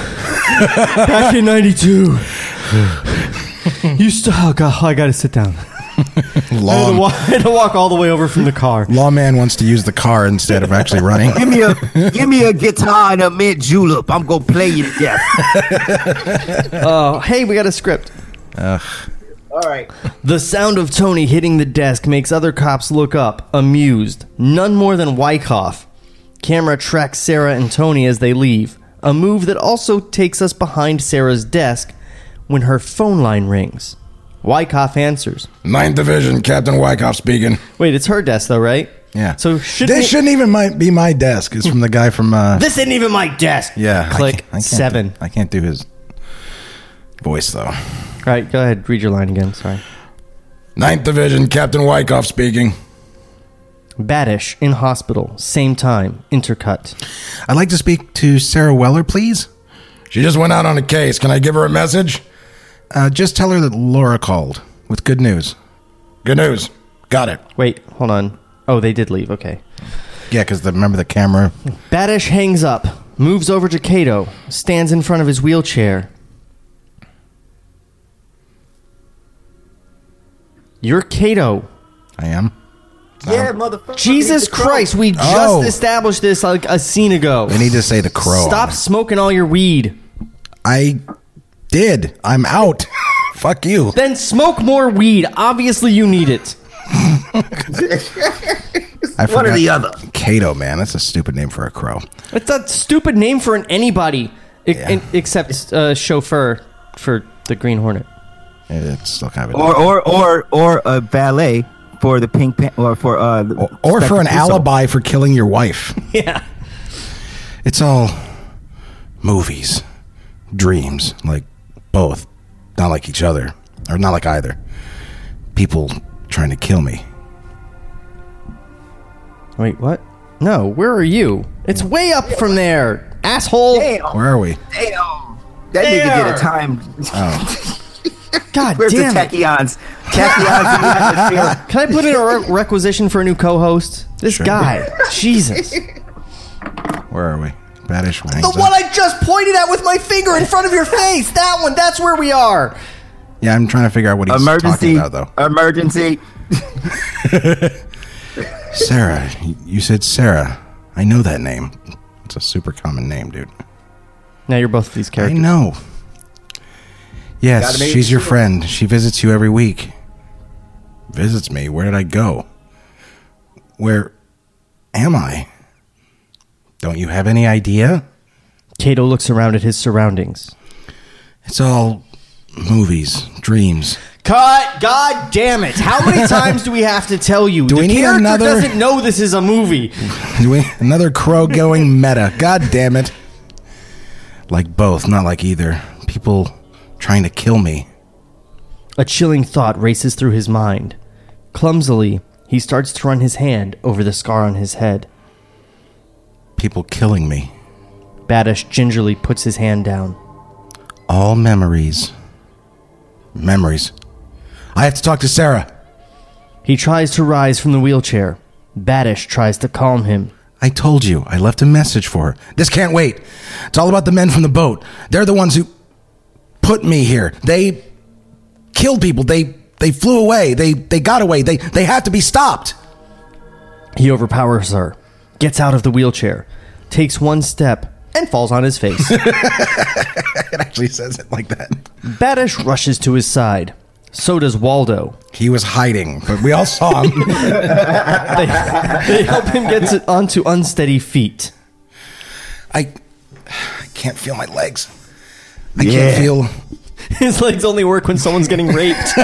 Speaker 7: Back in 92. you still, oh, God, I gotta sit down. I had, to
Speaker 8: Law,
Speaker 7: walk, I had to walk all the way over from the car.
Speaker 8: lawman wants to use the car instead of actually running.
Speaker 9: Give me a give me a guitar and a mint julep. I'm gonna play you to death.
Speaker 7: Oh, hey, we got a script.
Speaker 9: All right.
Speaker 7: The sound of Tony hitting the desk makes other cops look up, amused. None more than Wyckoff. Camera tracks Sarah and Tony as they leave, a move that also takes us behind Sarah's desk when her phone line rings. Wyckoff answers.
Speaker 8: Ninth Division, Captain Wyckoff speaking.
Speaker 7: Wait, it's her desk though, right?
Speaker 8: Yeah.
Speaker 7: So should
Speaker 8: this shouldn't even my, be my desk. It's from the guy from. Uh,
Speaker 7: This isn't even my desk.
Speaker 8: yeah. I
Speaker 7: Click
Speaker 8: can't- I can't do-
Speaker 7: seven.
Speaker 8: I can't do his voice though.
Speaker 7: All right, go ahead. Read your line again. Sorry.
Speaker 8: Ninth Division, Captain Wyckoff speaking.
Speaker 7: Baddish in hospital. Same time. Intercut.
Speaker 8: I'd like to speak to Sarah Weller, please. She just went out on a case. Can I give her a message? Uh, just tell her that Laura called with good news. Good news. Got it.
Speaker 7: Wait, hold on. Oh, they did leave. Okay.
Speaker 8: Yeah, because remember the camera.
Speaker 7: Badish hangs up, moves over to Kato, stands in front of his wheelchair. You're Kato.
Speaker 8: I am.
Speaker 9: Yeah, motherfucker.
Speaker 7: Jesus Christ, we just
Speaker 8: Oh.
Speaker 7: established this like a scene ago.
Speaker 8: We need to say the crow.
Speaker 7: Stop smoking all your weed.
Speaker 8: I did. I'm out. Fuck you.
Speaker 7: Then smoke more weed. Obviously, you need it.
Speaker 8: I
Speaker 9: One or the other.
Speaker 8: Cato, man. That's a stupid name for a crow.
Speaker 7: It's a stupid name for an anybody e-
Speaker 8: Yeah.
Speaker 7: en- except uh, chauffeur for the Green Hornet.
Speaker 8: It's still kind of a
Speaker 9: or or or or a valet for the pink pan- or for uh the-
Speaker 8: or, or for an
Speaker 9: Spectre Puzzle.
Speaker 8: alibi for killing your wife.
Speaker 7: Yeah.
Speaker 8: It's all movies, dreams, like both, not like each other, or not like either. People trying to kill me.
Speaker 7: Wait, what? No, where are you? It's way up from there, asshole.
Speaker 9: Damn,
Speaker 8: Where are we?
Speaker 9: damn. That nigga did a time.
Speaker 8: Oh.
Speaker 7: God
Speaker 9: Where's
Speaker 7: damn
Speaker 9: the
Speaker 7: it.
Speaker 9: tachyons? Tachyons. in the atmosphere.
Speaker 7: Can I put in a re- requisition for a new co-host? This
Speaker 8: Sure.
Speaker 7: guy, Jesus!
Speaker 8: Where are we? Badish wings.
Speaker 7: The one I just pointed at with my finger in front of your face. That one. That's where we are.
Speaker 8: yeah, I'm trying to figure out what he's
Speaker 9: Emergency.
Speaker 8: talking about, though.
Speaker 9: Emergency.
Speaker 8: Sarah, y- you said Sarah. I know that name. It's a super common name, dude.
Speaker 7: Now you're both these
Speaker 8: I
Speaker 7: characters.
Speaker 8: know. Yes,
Speaker 9: Gotta make
Speaker 8: she's your
Speaker 9: sure.
Speaker 8: friend. She visits you every week. Visits me. Where did I go? Where am I? Don't you have any idea?
Speaker 7: Cato looks around at his surroundings.
Speaker 8: It's all movies, dreams.
Speaker 7: Cut! God damn it! How many times do we have to tell you?
Speaker 8: Do
Speaker 7: the
Speaker 8: we need
Speaker 7: character
Speaker 8: another-
Speaker 7: doesn't know this is a movie.
Speaker 8: We- Another crow going meta. God damn it. Like both, not like either. People trying to kill me.
Speaker 7: A chilling thought races through his mind. Clumsily, he starts to run his hand over the scar on his head.
Speaker 8: People killing me.
Speaker 7: Badish gingerly puts his hand down.
Speaker 8: All memories. Memories. I have to talk to Sarah.
Speaker 7: He tries to rise from the wheelchair. Badish tries to calm him.
Speaker 8: I told you. I left a message for her. This can't wait. It's all about the men from the boat. They're the ones who put me here. They killed people. They they flew away. They they got away. They they have to be stopped.
Speaker 7: He overpowers her, gets out of the wheelchair, takes one step, and falls on his face.
Speaker 8: Actually says it like that.
Speaker 7: Badish rushes to his side. So does Waldo.
Speaker 8: He was hiding, but we all saw him.
Speaker 7: They, they help him get to, onto unsteady feet.
Speaker 8: I I can't feel my legs. I
Speaker 9: Yeah.
Speaker 8: can't feel
Speaker 7: His legs only work when someone's getting raped.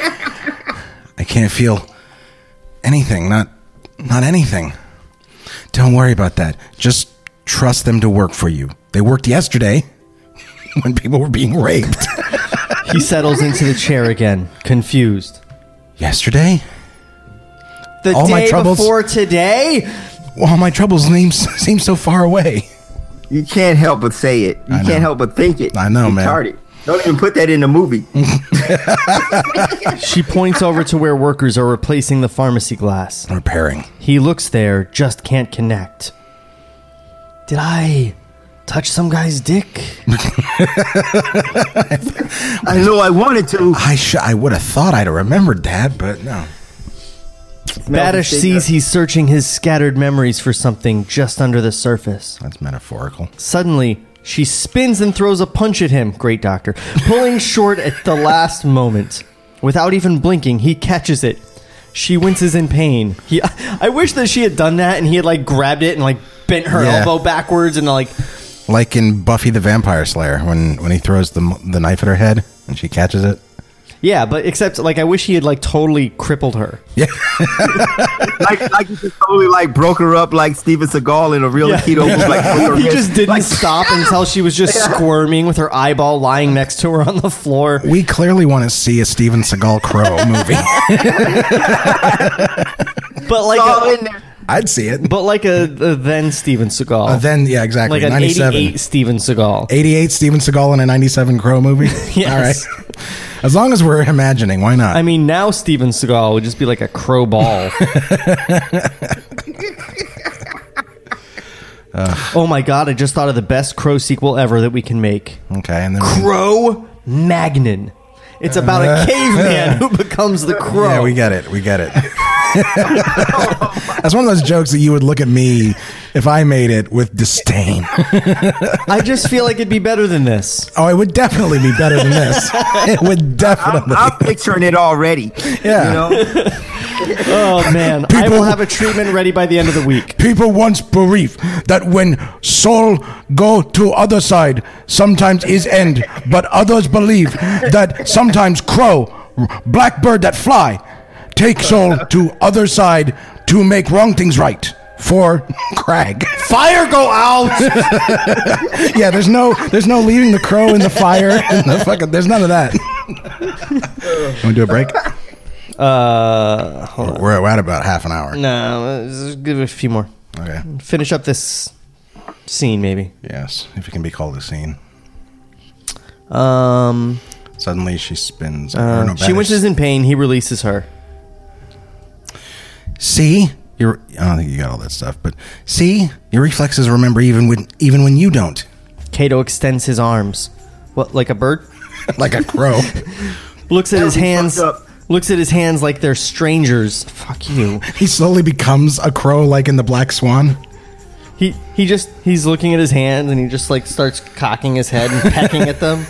Speaker 8: I can't feel anything. Not not anything. Don't worry about that. Just trust them to work for you. They worked yesterday when people were being raped.
Speaker 7: he settles into the chair again, confused.
Speaker 8: yesterday?
Speaker 7: The
Speaker 8: All my
Speaker 7: day
Speaker 8: troubles-
Speaker 7: before today?
Speaker 8: Well, my troubles names seem so far away.
Speaker 9: You can't help but say it. You
Speaker 8: know.
Speaker 9: can't help but think it.
Speaker 8: I know, man.
Speaker 9: Retarded. Don't even put that in the movie.
Speaker 7: She points over to where workers are replacing the pharmacy glass.
Speaker 8: Repairing.
Speaker 7: He looks there, just can't connect. Did I touch some guy's dick?
Speaker 9: I know I wanted to.
Speaker 8: I sh- I would have thought I'd have remembered that, but no.
Speaker 7: Badish sees he's searching his scattered memories for something just under the surface.
Speaker 8: That's metaphorical.
Speaker 7: Suddenly, she spins and throws a punch at him, great doctor, pulling short at the last moment. Without even blinking, he catches it. She winces in pain. He, I wish that she had done that and he had like grabbed it and like bent her
Speaker 8: Yeah.
Speaker 7: elbow backwards and like
Speaker 8: Like in Buffy the Vampire Slayer when when he throws the m- the knife at her head and she catches it.
Speaker 7: yeah, but except like I wish he had like totally crippled her.
Speaker 9: like, like he just totally like broke her up like Steven Seagal in a real
Speaker 7: Yeah.
Speaker 9: keto move. Like broke her
Speaker 7: he
Speaker 9: wrist.
Speaker 7: just didn't
Speaker 9: Like,
Speaker 7: stop until she was just squirming with her eyeball lying next to her on the floor.
Speaker 8: We clearly want to see a Steven Seagal crow movie.
Speaker 7: But like,
Speaker 9: all
Speaker 7: a,
Speaker 9: in there.
Speaker 8: I'd see it.
Speaker 7: but like a, a then Steven Seagal,
Speaker 8: Uh, then yeah, exactly.
Speaker 7: like an
Speaker 8: 97.
Speaker 7: 88 Steven Seagal.
Speaker 8: 88 Steven Seagal in a 97 Crow movie.
Speaker 7: Yes.
Speaker 8: All right. As long as we're imagining, why not?
Speaker 7: I mean, now Steven Seagal would just be like a crow ball. oh my god! I just thought of the best Crow sequel ever that we can make.
Speaker 8: okay, and then we-
Speaker 7: Crow Magnon. It's about a caveman who becomes the crow.
Speaker 8: Yeah, we get it. We get it. That's one of those jokes that you would look at me if I made it with disdain.
Speaker 7: I just feel like it'd be better than this.
Speaker 8: Oh, it would definitely be better than this. It would definitely.
Speaker 9: I'm picturing it already.
Speaker 8: Yeah.
Speaker 9: You know?
Speaker 7: Oh man, I
Speaker 8: People-
Speaker 7: will have a treatment ready by the end of the week.
Speaker 8: People once believe that when soul go to other side, sometimes is end. But others believe that sometimes crow, blackbird that fly, take soul to other side to make wrong things right. For Crag, fire go out. yeah, there's no, there's no leaving the crow in the fire. In the fucking, there's none of that. Want to do a break?
Speaker 7: Uh, hold on.
Speaker 8: We're, we're at about half an hour.
Speaker 7: No, let's give it a few more.
Speaker 8: Okay.
Speaker 7: Finish up this scene, maybe.
Speaker 8: Yes, if it can be called a scene.
Speaker 7: Um,
Speaker 8: Suddenly she spins.
Speaker 7: uh, she winches in pain. He releases her.
Speaker 8: See, your I don't think you got all that stuff, but see, your reflexes remember even when even when you don't,
Speaker 7: Kato extends his arms. What, like a bird?
Speaker 8: like a crow.
Speaker 7: Looks at his
Speaker 9: would be
Speaker 7: hands.
Speaker 9: fucked up.
Speaker 7: Looks at his hands like they're strangers. Fuck you.
Speaker 8: he slowly becomes a crow, like in the Black Swan.
Speaker 7: He he just he's looking at his hands and he just like starts cocking his head and pecking at them.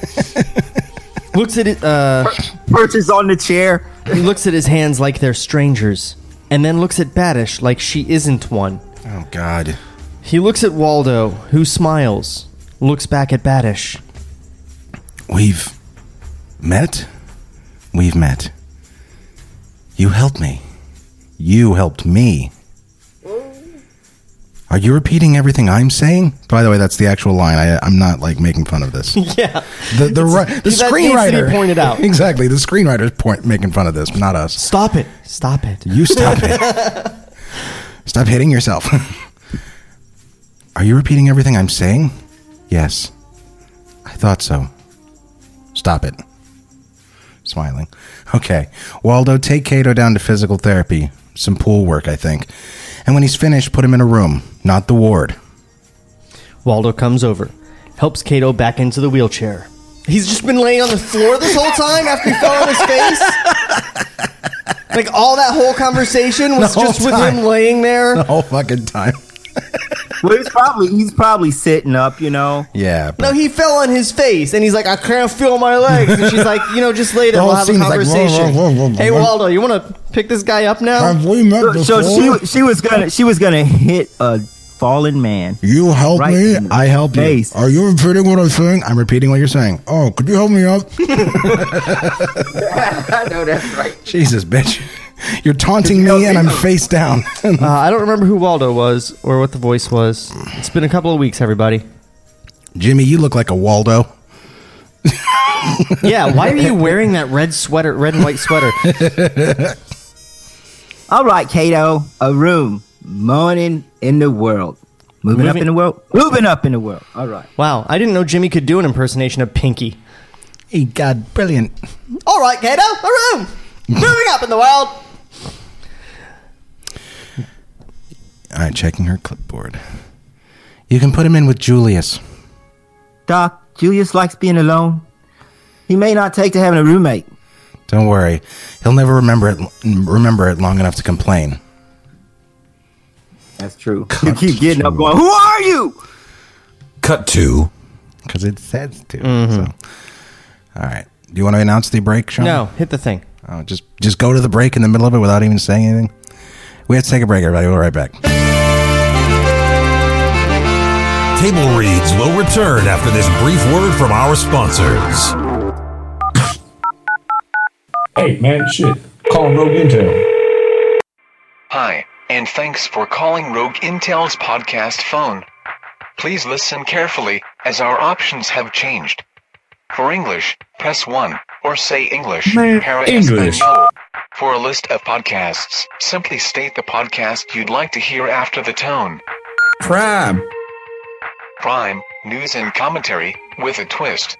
Speaker 7: looks at it. Uh,
Speaker 9: Perches on the chair.
Speaker 7: he looks at his hands like they're strangers, and then looks at Badish like she isn't one.
Speaker 8: Oh God!
Speaker 7: He looks at Waldo, who smiles. Looks back at Badish.
Speaker 8: We've met. We've met. You helped me. You helped me. Are you repeating everything I'm saying? By the way, that's the actual line. I, I'm not like making fun of this.
Speaker 7: Yeah.
Speaker 8: The the, ri- the
Speaker 7: that Anthony
Speaker 8: screenwriter
Speaker 7: pointed out.
Speaker 8: exactly. The screenwriter's point making fun of this, not us.
Speaker 7: Stop it. Stop it.
Speaker 8: You stop it. stop hitting yourself. Are you repeating everything I'm saying? Yes. I thought so. Stop it. Smiling. Okay. Waldo, take Kato down to physical therapy. Some pool work, I think. And when he's finished, put him in a room, not the ward.
Speaker 7: Waldo comes over, helps Kato back into the wheelchair. He's just been laying on the floor this whole time after he fell on his face. Like all that whole conversation was
Speaker 8: The whole
Speaker 7: just with
Speaker 8: time.
Speaker 7: him laying there.
Speaker 8: The whole fucking time.
Speaker 9: Well, he's probably he's probably sitting up. You know.
Speaker 8: Yeah. but-
Speaker 7: No, he fell on his face, and he's like, "I can't feel my legs." And she's like, "You know, just later
Speaker 8: The
Speaker 7: we'll
Speaker 8: whole
Speaker 7: have a
Speaker 8: scene's like, "Whoa, whoa,
Speaker 7: conversation."
Speaker 8: whoa, whoa, whoa,
Speaker 7: hey,
Speaker 8: whoa."
Speaker 7: Waldo, you want to pick this guy up now?
Speaker 8: we met
Speaker 9: So, so she wa- she was gonna she was gonna hit a fallen man.
Speaker 8: You help
Speaker 9: Right
Speaker 8: me,
Speaker 9: in the
Speaker 8: I help you.
Speaker 9: face.
Speaker 8: Are you repeating what I'm saying? I'm repeating what you're saying. Oh, could you help me up?
Speaker 9: I know that's right.
Speaker 8: Jesus, bitch. You're taunting me and I'm face down.
Speaker 7: Uh, I don't remember who Waldo was or what the voice was. It's been a couple of weeks, everybody.
Speaker 8: Jimmy, you look like a Waldo.
Speaker 7: Yeah, why are you wearing that red sweater, red and white sweater?
Speaker 9: All right, Kato, a room morning in the world, moving, up
Speaker 7: Moving-
Speaker 9: in the world, moving up in the world. All right.
Speaker 7: Wow, I didn't know Jimmy could do an impersonation of Pinky.
Speaker 8: Hey, God, brilliant.
Speaker 7: All right, Kato, a room. Moving up in the world.
Speaker 8: All right, checking her clipboard. You can put him in with Julius.
Speaker 9: Doc, Julius likes being alone. He may not take to having a roommate.
Speaker 8: Don't worry. He'll never remember it remember it long enough to complain.
Speaker 9: That's true. You keep getting up going, Who are you?
Speaker 5: Cut to
Speaker 8: Because it says to.
Speaker 9: Mm-hmm.
Speaker 8: So. All right. Do you want to announce the break, Sean?
Speaker 7: No, hit the thing.
Speaker 8: Oh, just just go to the break in the middle of it without even saying anything. We have to take a break, everybody. We'll be right back.
Speaker 5: Table Reads will return after this brief word from our sponsors.
Speaker 10: Hey, man, shit. Call Rogue Intel.
Speaker 11: Hi, and thanks for calling Rogue Intel's podcast phone. Please listen carefully, as our options have changed. For English, press 1, or say English.
Speaker 10: Man,
Speaker 11: para
Speaker 10: English.
Speaker 11: español. For a list of podcasts, simply state the podcast you'd like to hear after the tone.
Speaker 10: Prime.
Speaker 11: Prime, news and commentary, with a twist.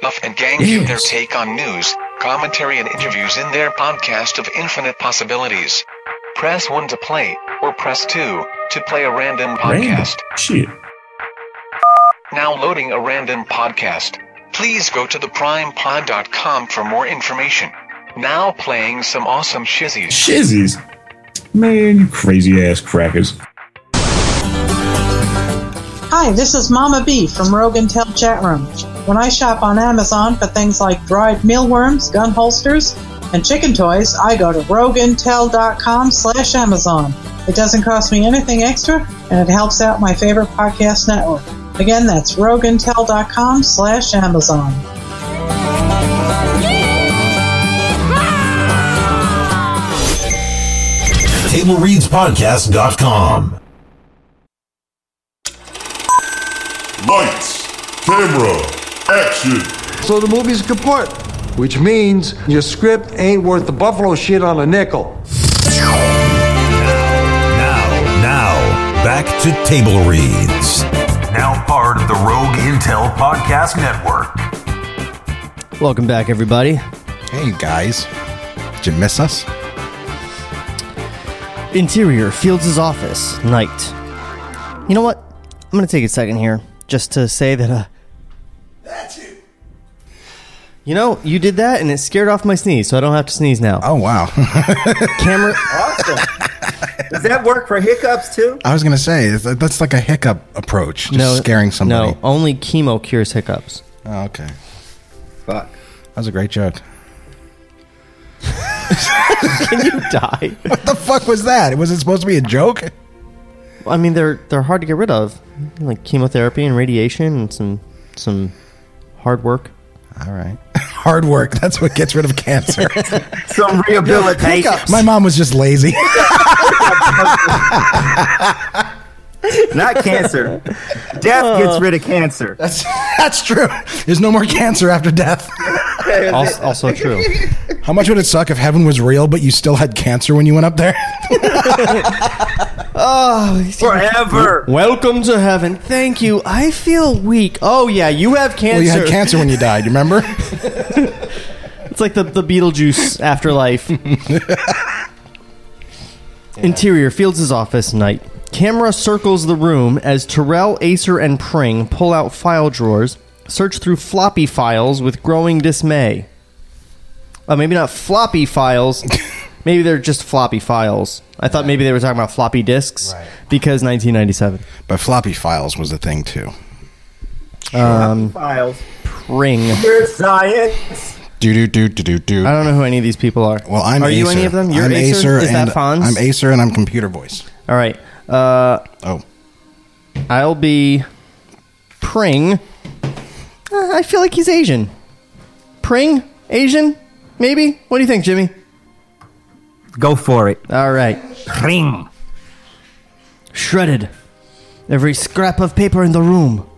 Speaker 11: Buff and Gang give their
Speaker 10: Yes.
Speaker 11: take on news, commentary, and interviews in their podcast of infinite possibilities. Press 1 to play, or press 2 to play a random podcast.
Speaker 10: Shit.
Speaker 11: Now loading a random podcast. Please go to theprimepod.com for more information. Now playing some awesome shizzies.
Speaker 10: Shizzies. Man, you crazy ass crackers.
Speaker 12: Hi, this is Mama B from Rogue Intel Chat Room. When I shop on Amazon for things like dried mealworms, gun holsters, and chicken toys, I go to rogueintel.com slash Amazon. It doesn't cost me anything extra, and it helps out my favorite podcast network. Again, that's rogueintel.com slash Amazon.
Speaker 5: TableReadsPodcast.com.
Speaker 4: Lights, camera, action.
Speaker 6: So the movie's kaput, which means your script ain't worth the buffalo shit on a nickel.
Speaker 5: Now, now, back to Table Reads.
Speaker 2: Now part of the Rogue Intel Podcast Network.
Speaker 7: Welcome back, everybody.
Speaker 8: Hey, guys. Did you miss us?
Speaker 7: Interior, Fields' office, night. You know what? I'm going to take a second here just to say that, uh. That's you! You know, you did that and it scared off my sneeze, so I don't have to sneeze now.
Speaker 8: Oh, wow.
Speaker 7: Camera.
Speaker 9: Does that work for hiccups too?
Speaker 8: I was going to say, it's- that's like a hiccup approach. Just scaring somebody.
Speaker 7: No, only chemo cures hiccups.
Speaker 8: Oh, okay.
Speaker 9: Fuck.
Speaker 8: That was a great joke.
Speaker 7: Can you die?
Speaker 8: What the fuck was that? Was it supposed to be a joke?
Speaker 7: I mean, they're they're hard to get rid of, like chemotherapy and radiation and some some hard work.
Speaker 8: All right, hard work. That's what gets rid of cancer.
Speaker 9: Some rehabilitation.
Speaker 8: My mom was just lazy.
Speaker 9: Not cancer. Death gets rid of cancer.
Speaker 8: That's that's true. There's no more cancer after death.
Speaker 7: Also, also true.
Speaker 8: How much would it suck if heaven was real, but you still had cancer when you went up there?
Speaker 7: Oh,
Speaker 9: Forever.
Speaker 7: welcome to heaven. Thank you. I feel weak. Oh yeah, you have cancer.
Speaker 8: Well, you had cancer when you died. You remember?
Speaker 7: It's like the the Beetlejuice afterlife. Interior Fields' office night. Camera circles the room as Terrell, Acer, and Pring pull out file drawers, search through floppy files with growing dismay. Uh, maybe not floppy files. maybe they're just floppy files. I thought maybe they were talking about floppy disks because 1997.
Speaker 8: But floppy files was a thing too.
Speaker 9: Files.
Speaker 7: Pring.
Speaker 9: Weird science.
Speaker 8: Do do do do do do.
Speaker 7: I don't know who any of these people are.
Speaker 8: Well, I'm.
Speaker 7: are
Speaker 8: Acer.
Speaker 7: you any of them? You're
Speaker 8: I'm
Speaker 7: Acer. Is
Speaker 8: and
Speaker 7: that Fonz?
Speaker 8: I'm Acer, and I'm computer voice.
Speaker 7: All right. Uh,
Speaker 8: Oh,
Speaker 7: I'll be Pring. Uh, I feel like he's Asian. Pring? Asian? Maybe? What do you think, Jimmy?
Speaker 9: Go for it.
Speaker 7: All right.
Speaker 9: Ring.
Speaker 7: Shredded. Every scrap of paper in the room.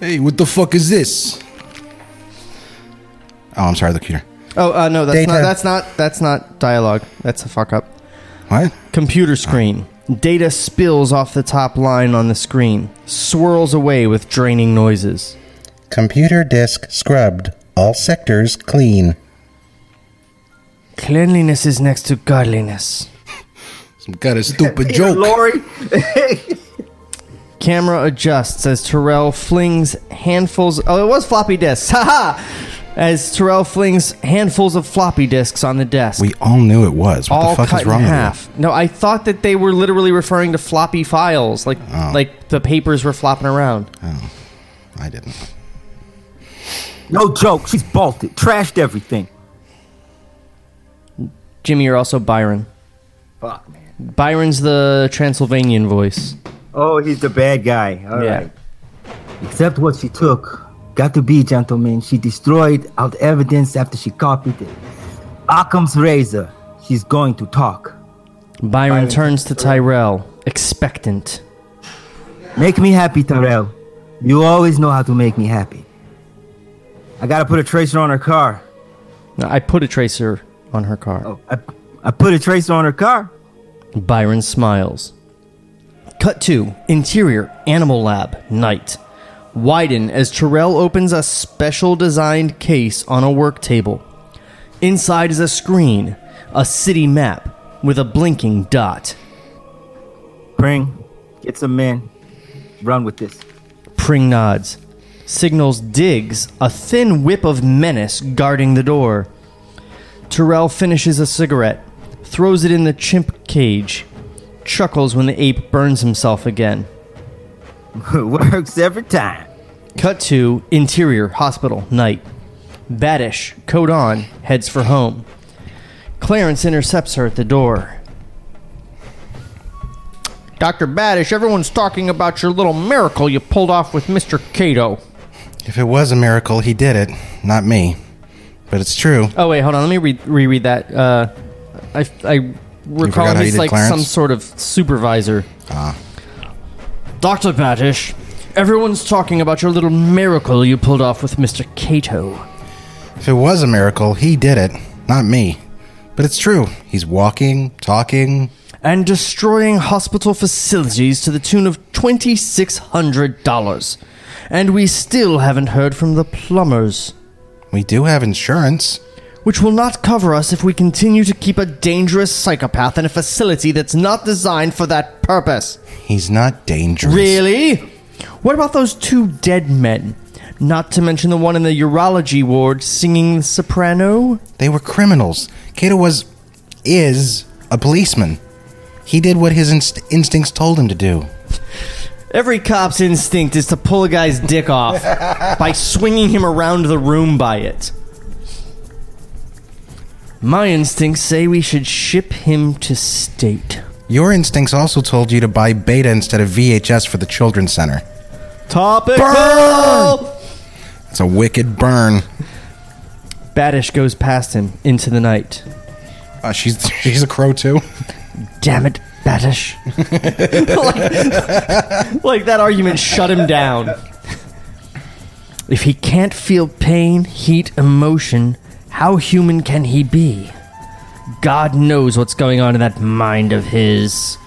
Speaker 8: hey, what the fuck is this? Oh, I'm sorry, the computer.
Speaker 7: Oh, uh, no, that's not
Speaker 8: Data.
Speaker 7: that's not that's not dialogue. That's a fuck up.
Speaker 8: What?
Speaker 7: Computer screen. Data spills off the top line on the screen, swirls away with draining noises.
Speaker 3: Computer disk scrubbed. All sectors clean.
Speaker 7: Cleanliness is next to godliness.
Speaker 8: Some kind of stupid
Speaker 9: Peter
Speaker 8: joke.
Speaker 9: Lorre.
Speaker 7: Camera adjusts as Terrell flings handfuls. Oh, it was floppy disks. Ha ha! As Terrell flings handfuls of floppy disks on the desk,
Speaker 8: We all knew it was. What
Speaker 7: all
Speaker 8: the fuck
Speaker 7: cut
Speaker 8: is wrong
Speaker 7: in
Speaker 8: with
Speaker 7: half. No, I thought that they were literally referring to floppy files, like
Speaker 8: Oh.
Speaker 7: like the papers were flopping around.
Speaker 8: you? I didn't.
Speaker 9: No joke. She's bolted. Trashed everything.
Speaker 7: Jimmy, you're also Byron.
Speaker 9: Fuck, man.
Speaker 7: Byron's the Transylvanian voice.
Speaker 9: Oh, he's the bad guy. All right.
Speaker 7: Yeah.
Speaker 9: Except what she took. Got to be, gentlemen. She destroyed out evidence after she copied it. Occam's razor. She's going to talk.
Speaker 7: Byron turns to Tyrell, expectant.
Speaker 9: Make me happy, Terrell. You always know how to make me happy. I gotta put a tracer on her car.
Speaker 7: Now, I put a tracer on her car.
Speaker 9: Oh, I, I put a tracer on her car.
Speaker 7: Byron smiles. Cut to interior animal lab night. Widen as Terrell opens a special designed case on a work table. Inside is a screen, a city map with a blinking dot.
Speaker 9: Bring, get some men. Run with this.
Speaker 7: Pring nods. Signals digs a thin whip of menace guarding the door. Terrell finishes a cigarette, throws it in the chimp cage, chuckles when the ape burns himself again.
Speaker 9: Works every time.
Speaker 7: Cut to interior hospital night. Baddish, coat on, heads for home. Clarence intercepts her at the door. Dr. Baddish, everyone's talking about your little miracle you pulled off with Mr. Cato.
Speaker 8: If it was a miracle, he did it, not me. But it's true.
Speaker 7: Oh wait, hold on. Let me re- reread that. Uh, I I recall
Speaker 8: forgot how you
Speaker 7: he's
Speaker 8: did
Speaker 7: like
Speaker 8: Clarence?
Speaker 7: some sort of supervisor. Ah. Doctor Badish, everyone's talking about your little miracle you pulled off with Mister Cato.
Speaker 8: If it was a miracle, he did it, not me. But it's true. He's walking, talking.
Speaker 7: And destroying hospital facilities to the tune of twenty six hundred dollars, and we still haven't heard from the plumbers.
Speaker 8: We do have insurance.
Speaker 7: Which will not cover us if we continue to keep a dangerous psychopath in a facility that's not designed for that purpose.
Speaker 8: He's not dangerous.
Speaker 7: Really? What about those two dead men? Not to mention the one in the urology ward singing the soprano?
Speaker 8: They were criminals. Kato was, is a policeman. He did what his inst- instincts told him to do.
Speaker 7: Every cop's instinct is to pull a guy's dick off by swinging him around the room by it. My instincts say we should ship him to state.
Speaker 8: Your instincts also told you to buy beta instead of VHS for the children's center.
Speaker 7: Topical!
Speaker 8: It's a wicked burn.
Speaker 7: Baddish goes past him into the night.
Speaker 8: Uh, she's she's a crow too.
Speaker 7: Damn it, Baddish. like, like that argument shut him down. If he can't feel pain, heat, emotion, how human can he be? God knows what's going on in that mind of his.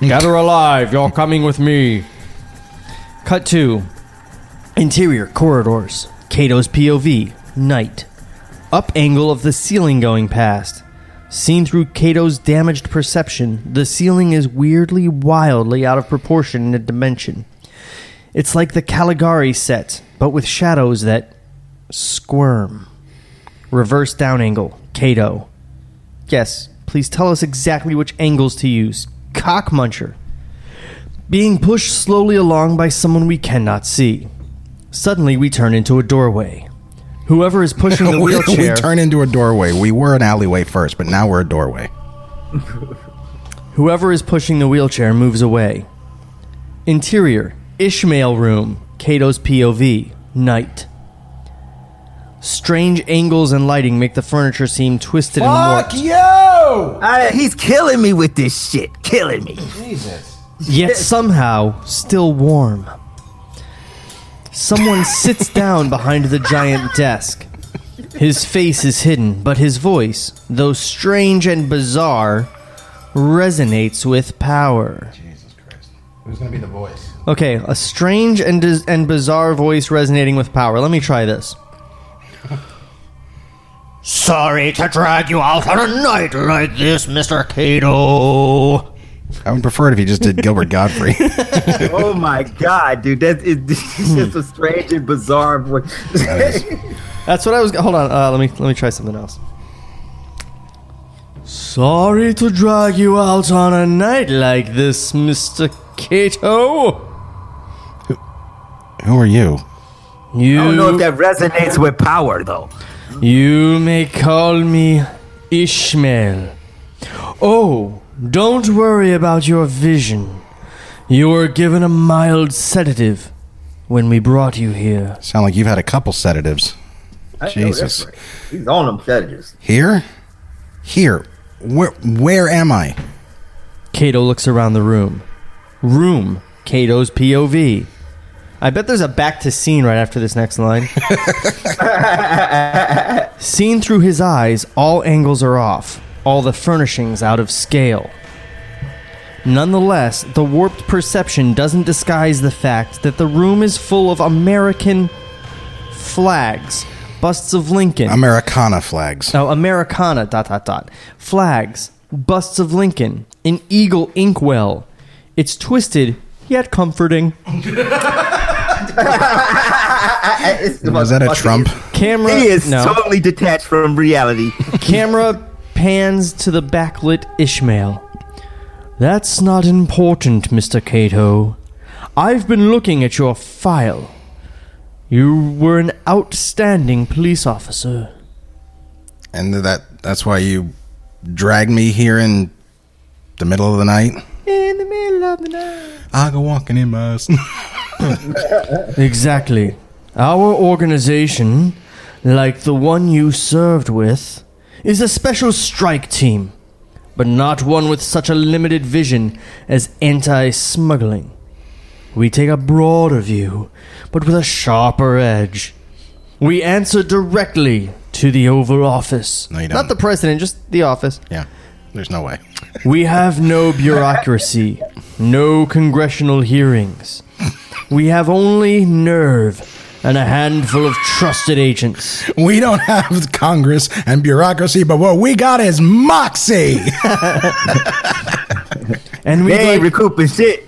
Speaker 7: Gather alive, you're coming with me. Cut to interior corridors, Cato's POV, night. Up angle of the ceiling going past. Seen through Cato's damaged perception, the ceiling is weirdly, wildly out of proportion in a dimension. It's like the Caligari set, but with shadows that squirm. Reverse down angle, Cato. Yes, please tell us exactly which angles to use. Cockmuncher. Being pushed slowly along by someone we cannot see. Suddenly, we turn into a doorway. Whoever is pushing the
Speaker 8: we,
Speaker 7: wheelchair.
Speaker 8: we turn into a doorway. We were an alleyway first, but now we're a doorway.
Speaker 7: Whoever is pushing the wheelchair moves away. Interior Ishmael room, Cato's POV, night. Strange angles and lighting make the furniture seem twisted and warped,
Speaker 9: you! he's killing me with this shit. Killing me. Jesus.
Speaker 7: yet somehow still warm. Someone sits down behind the giant desk. His face is hidden, but his voice, though strange and bizarre, resonates with power.
Speaker 8: Who's gonna be the voice?
Speaker 7: Okay, a strange and dis- and bizarre voice resonating with power. Let me try this.
Speaker 13: Sorry to drag you out on a night like this, Mr. Cato.
Speaker 8: I would prefer it if you just did Gilbert Godfrey.
Speaker 9: oh my god, dude! That is it's just a strange and bizarre voice.
Speaker 7: That's what I was. Hold on. Uh, let me let me try something else. Sorry to drag you out on a night like this, Mister Cato.
Speaker 8: Who are you?
Speaker 7: You.
Speaker 9: I don't know if that resonates with power though.
Speaker 7: You may call me Ishmael. Oh, don't worry about your vision. You were given a mild sedative when we brought you here.
Speaker 8: Sound like you've had a couple sedatives.
Speaker 9: I know that's
Speaker 8: Jesus.
Speaker 9: right. He's on them sedatives.
Speaker 8: Here? Here. Where where am I?
Speaker 7: Cato looks around the room. Room. Cato's POV. I bet there's a back to scene right after this next line. Seen through his eyes, all angles are off, all the furnishings out of scale. Nonetheless, the warped perception doesn't disguise the fact that the room is full of American flags, busts of Lincoln.
Speaker 8: Americana flags.
Speaker 7: No, Americana, dot, dot, dot. Flags, busts of Lincoln, an eagle inkwell. It's twisted, yet comforting.
Speaker 8: Was that a Trump?
Speaker 7: Camera
Speaker 9: He is
Speaker 7: no.
Speaker 9: totally detached from reality.
Speaker 7: Camera pans to the backlit Ishmael. That's not important, Mr. Cato. I've been looking at your file. You were an outstanding police officer.
Speaker 8: And that that's why you drag me here in the middle of the night?
Speaker 7: In the middle of the night.
Speaker 8: I go walking in my. s-
Speaker 7: Exactly. Our organization, like the one you served with, is a special strike team, but not one with such a limited vision as anti smuggling. We take a broader view, but with a sharper edge. We answer directly to the Oval Office. No,
Speaker 8: you
Speaker 7: Not
Speaker 8: don't.
Speaker 7: the president, just the office.
Speaker 8: yeah, there's no way.
Speaker 7: We have no bureaucracy, no congressional hearings. We have only nerve and a handful of trusted agents.
Speaker 8: We don't have Congress and bureaucracy, but what we got is moxie.
Speaker 7: And we
Speaker 9: They
Speaker 7: like,
Speaker 9: ain't recouping shit.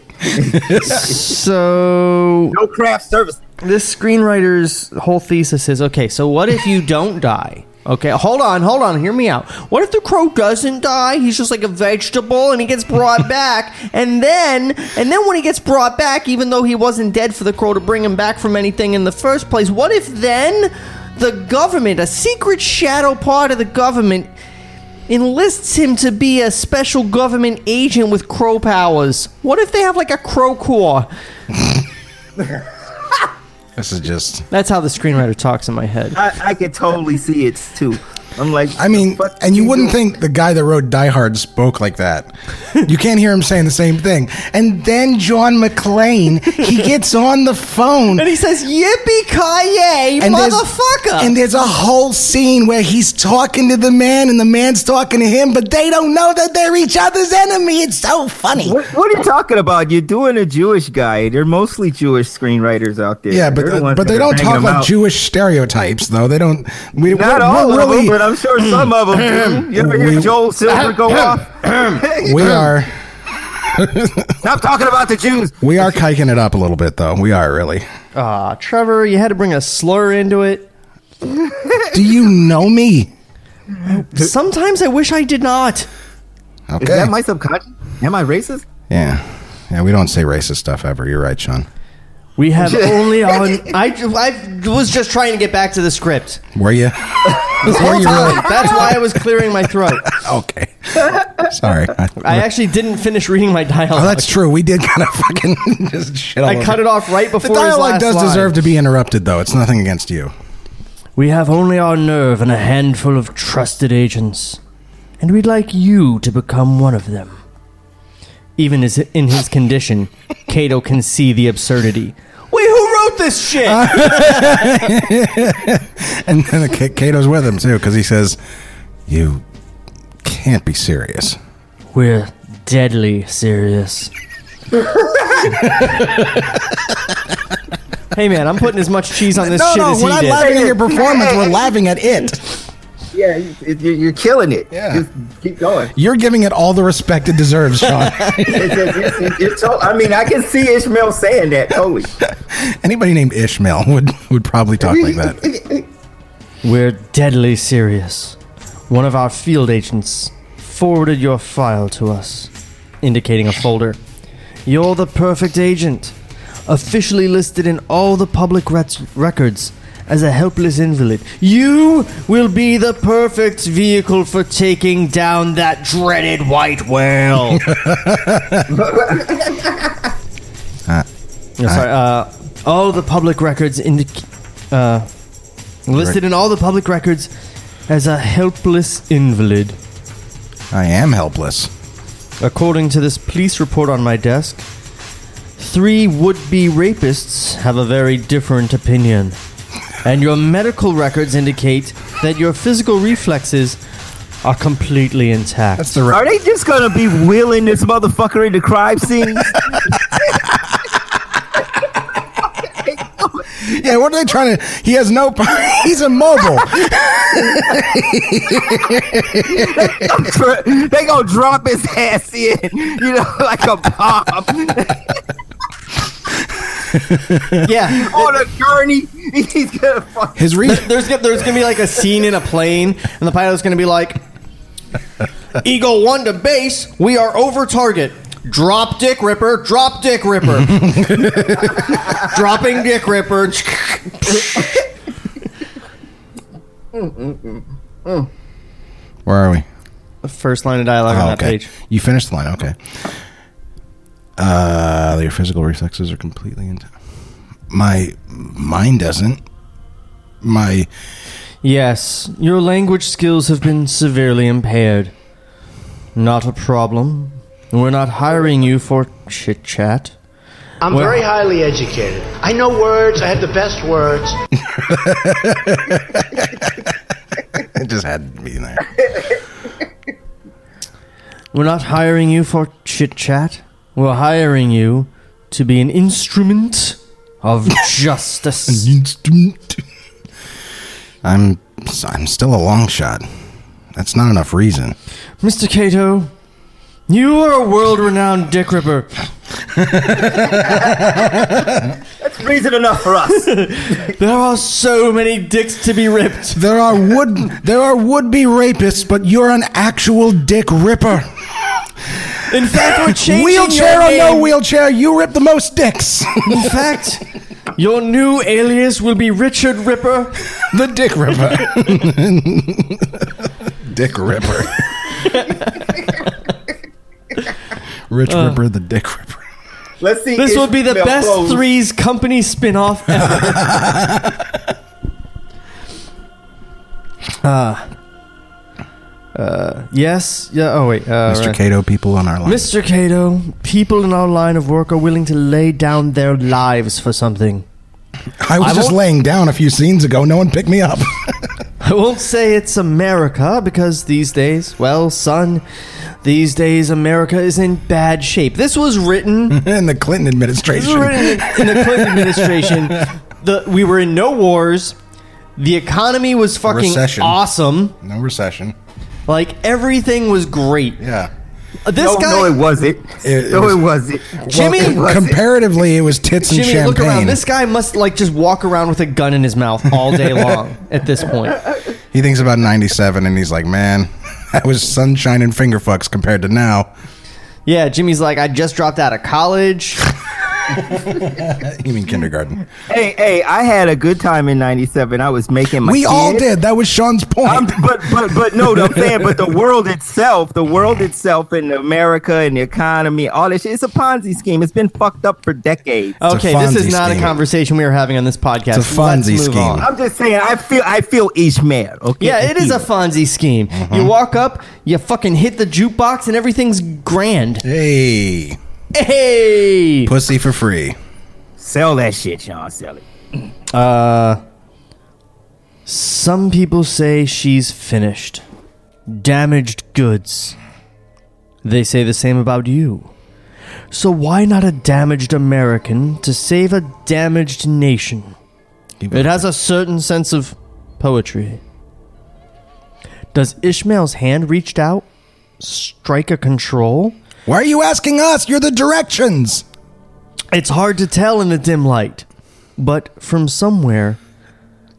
Speaker 7: so
Speaker 9: No craft service.
Speaker 7: this screenwriter's whole thesis is okay, so what if you don't die? Okay, hold on, hold on, hear me out. What if the crow doesn't die? He's just like a vegetable and he gets brought back. And then and then when he gets brought back, even though he wasn't dead for the crow to bring him back from anything in the first place, what if then the government, a secret shadow part of the government, enlists him to be a special government agent with crow powers? What if they have like a crow corps?
Speaker 8: this is just.
Speaker 7: That's how the screenwriter talks in my head.
Speaker 9: I, I could totally see it too. I'm like,
Speaker 8: I mean,
Speaker 9: what the fuck
Speaker 8: and you
Speaker 9: do?
Speaker 8: wouldn't think the guy that wrote Die Hard spoke like that. You can't hear him saying the same thing. And then John McClane, he gets on the phone.
Speaker 7: And he says, Yippee ki yay,
Speaker 8: and there's-
Speaker 7: motherfucker!
Speaker 8: and there's a whole scene where he's talking to the man and the man's talking to him, but they don't know that they're each other's enemy. It's so funny.
Speaker 9: What, what are you talking about? You're doing a Jewish guy. They're mostly Jewish screenwriters out there.
Speaker 8: Yeah, but uh,
Speaker 9: They're the ones
Speaker 8: but
Speaker 9: that
Speaker 8: they
Speaker 9: are
Speaker 8: don't
Speaker 9: banging
Speaker 8: talk
Speaker 9: them
Speaker 8: like
Speaker 9: out.
Speaker 8: Jewish stereotypes, though. They don't. We,
Speaker 9: Not
Speaker 8: we're,
Speaker 9: all
Speaker 8: we're
Speaker 9: of
Speaker 8: really,
Speaker 9: them, but I'm sure some of them do. You ever hear
Speaker 8: We-
Speaker 9: Joel Silver go off?
Speaker 8: we are
Speaker 9: Stop talking about the Jews.
Speaker 8: we are kiking it up a little bit, though. We are really.
Speaker 7: Aw, ah, Trevor, you had to bring a slur into it.
Speaker 8: Do you know me?
Speaker 7: Sometimes I wish I did not.
Speaker 8: Okay.
Speaker 9: Is that my subconscious? Am I racist?
Speaker 8: yeah, yeah. We don't say racist stuff ever. You're right, Sean.
Speaker 7: We have only on. I, I was just trying to get back to the script.
Speaker 8: Were you? Were you really?
Speaker 7: That's why I was clearing my throat.
Speaker 8: Okay. Sorry. I,
Speaker 7: I actually didn't finish reading my dialogue.
Speaker 8: oh, that's true. We did kind of fucking just shit. All
Speaker 7: I
Speaker 8: over.
Speaker 7: cut it off right
Speaker 8: The
Speaker 7: before his
Speaker 8: dialogue
Speaker 7: last
Speaker 8: does
Speaker 7: line.
Speaker 8: deserve to be interrupted, though. It's nothing against you.
Speaker 7: We have only our nerve and a handful of trusted agents, and we'd like you to become one of them. Even as in his condition, Cato can see the absurdity. Wait, who wrote this shit?
Speaker 8: And then K- Kato's with him too because he says, "You can't be serious."
Speaker 7: We're deadly serious. hey man, I'm putting as much cheese on this shit as he did.
Speaker 8: laughing at your performance. We're laughing at it.
Speaker 9: Yeah, you- you- you're killing it.
Speaker 8: Yeah.
Speaker 9: Just keep going.
Speaker 8: You're giving it all the respect it deserves, Sean.
Speaker 9: It's- it's- it's- it's to- I mean, I can see Ishmael saying that totally.
Speaker 8: Anybody named Ishmael would would probably talk like that.
Speaker 7: We're deadly serious. One of our field agents forwarded your file to us, indicating a folder. You're the perfect agent, officially listed in all the public rec- records as a helpless invalid. You will be the perfect vehicle for taking down that dreaded white whale. No, sorry, uh, all the public records indic- uh, listed in all the public records as a helpless invalid.
Speaker 8: I am helpless.
Speaker 7: According to this police report on my desk, three would be rapists have a very different opinion. And your medical records indicate that your physical reflexes are completely intact.
Speaker 8: That's the re-
Speaker 9: Are they just gonna be wheeling this motherfucker into crime scenes?
Speaker 8: yeah. What are they trying to? He has no. He's immobile.
Speaker 9: they gonna drop his ass in, you know, like a bomb.
Speaker 7: yeah.
Speaker 9: On a gurney, he's gonna fuck.
Speaker 8: His
Speaker 7: re- there's gonna, there's gonna be like a scene in a plane, and the pilot's gonna be like, "Eagle one to base, we are over target. Drop Dick Ripper, drop Dick Ripper, dropping Dick Ripper."
Speaker 8: Where are we?
Speaker 7: The first line of dialogue on
Speaker 8: Oh,
Speaker 7: that
Speaker 8: okay.
Speaker 7: page.
Speaker 8: You finished the line. Okay. Uh, your physical reflexes are completely intact. My mine doesn't. My
Speaker 7: Yes, your language skills have been severely impaired. Not a problem. We're not hiring you for chit chat.
Speaker 14: I'm
Speaker 7: Well-
Speaker 14: very highly educated. I know words. I have the best words.
Speaker 8: it just had to be in there.
Speaker 7: We're not hiring you for chit chat. We're hiring you to be an instrument of justice.
Speaker 8: an instrument. I'm I'm still a long shot. That's not enough reason.
Speaker 7: Mr. Cato, you are a world renowned dick ripper.
Speaker 9: That's reason enough for us.
Speaker 7: there are so many dicks to be ripped.
Speaker 8: There are would there are would be rapists, but you're an actual dick ripper.
Speaker 7: In fact, we're changing your
Speaker 8: wheelchair or no
Speaker 7: name.
Speaker 8: wheelchair, you rip the most dicks.
Speaker 7: In fact, your new alias will be Richard Ripper.
Speaker 8: the Dick Ripper. dick Ripper. Rich
Speaker 7: Uh.
Speaker 8: Ripper, the Dick Ripper.
Speaker 9: Let's see.
Speaker 7: This
Speaker 9: if
Speaker 7: will be the
Speaker 9: Mel
Speaker 7: best
Speaker 9: Brooks-
Speaker 7: threes company spin-off ever. uh, uh, yes. Yeah. Oh wait. Uh,
Speaker 8: Mr.
Speaker 7: right.
Speaker 8: Cato, people on our line.
Speaker 7: Mr. Cato, people in our line of work are willing to lay down their lives for something.
Speaker 8: I was
Speaker 7: I
Speaker 8: just
Speaker 7: won't-
Speaker 8: laying down a few scenes ago. No one picked me up.
Speaker 7: I won't say it's America because these days, well, son, these days America is in bad shape. This was written
Speaker 8: in the Clinton administration.
Speaker 7: This was written in, in the Clinton administration. The, we were in no wars. The economy was fucking
Speaker 8: Recession.
Speaker 7: awesome.
Speaker 8: No recession.
Speaker 7: Like everything was great. Uh,
Speaker 8: Yeah.
Speaker 7: This
Speaker 9: no,
Speaker 7: guy
Speaker 9: no, it wasn't.
Speaker 8: It-
Speaker 9: no,
Speaker 8: it
Speaker 9: it wasn't.
Speaker 7: Jimmy-
Speaker 9: it wasn't.
Speaker 8: Comparatively, it was tits and
Speaker 7: Jimmy,
Speaker 8: champagne.
Speaker 7: look around. This guy must like just walk around with a gun in his mouth all day long at this point.
Speaker 8: he thinks about 97 and he's like, man, that was sunshine and finger fucks compared to now.
Speaker 7: Yeah, Jimmy's like, I just dropped out of college.
Speaker 8: You mean kindergarten?
Speaker 9: hey, hey, I had a good time in '97. I was making my.
Speaker 8: we all
Speaker 9: kids.
Speaker 8: did. That was Sean's point.
Speaker 9: I'm, but but but no, I'm saying, but the world itself, the world itself, and America and the economy, all this shit, it's a Ponzi scheme. It's been fucked up for decades.
Speaker 7: Okay, this
Speaker 8: Fonzie
Speaker 7: is not
Speaker 8: scheme.
Speaker 7: a conversation we are having on this podcast.
Speaker 8: It's a Fonzie
Speaker 7: Let's move
Speaker 8: scheme.
Speaker 7: on.
Speaker 9: I'm just saying, I feel I feel each man. Okay,
Speaker 7: Yeah, it is a Fonzie scheme.
Speaker 8: Mm-hmm.
Speaker 7: You walk up, you fucking hit the jukebox, and everything's grand.
Speaker 8: hey,
Speaker 7: Hey!
Speaker 8: pussy for free.
Speaker 9: sell that shit, y'all. Sell it.
Speaker 7: Uh, some people say she's finished. Damaged goods. They say the same about you. So why not a damaged American to save a damaged nation? It has a certain sense of poetry. Does Ishmael's hand reached out strike a control?
Speaker 8: Why are you asking us? You're the directions.
Speaker 7: It's hard to tell in the dim light, but from somewhere.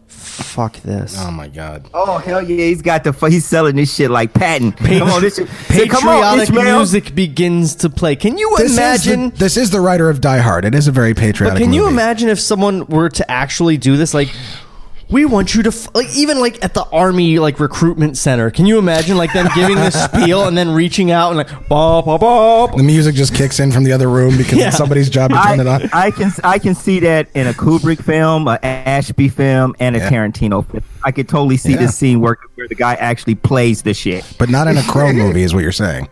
Speaker 7: Fuck this.
Speaker 8: Oh my god.
Speaker 9: Oh hell yeah, he's got the fu- he's selling this shit like Patton. come on, this shit. Say,
Speaker 7: Patriotic
Speaker 9: come on, Ishmael.
Speaker 7: music begins to play. Can you imagine?
Speaker 8: Is the, this is the writer of Die Hard. It is a very patriotic.
Speaker 7: but can you
Speaker 8: movie.
Speaker 7: imagine if someone were to actually do this? Like, we want you to f- like even like at the army like recruitment center. Can you imagine like them giving the spiel and then reaching out and like bop bop bop?
Speaker 8: The music just kicks in from the other room because
Speaker 7: Yeah.
Speaker 8: it's somebody's job to turn it
Speaker 9: I,
Speaker 8: on.
Speaker 9: I can I can see that in a Kubrick film, a Ashby film, and a
Speaker 8: Yeah.
Speaker 9: Tarantino film. I could totally see
Speaker 8: Yeah.
Speaker 9: this scene working where the guy actually plays the shit.
Speaker 8: But not in a Crow movie, is what you're saying.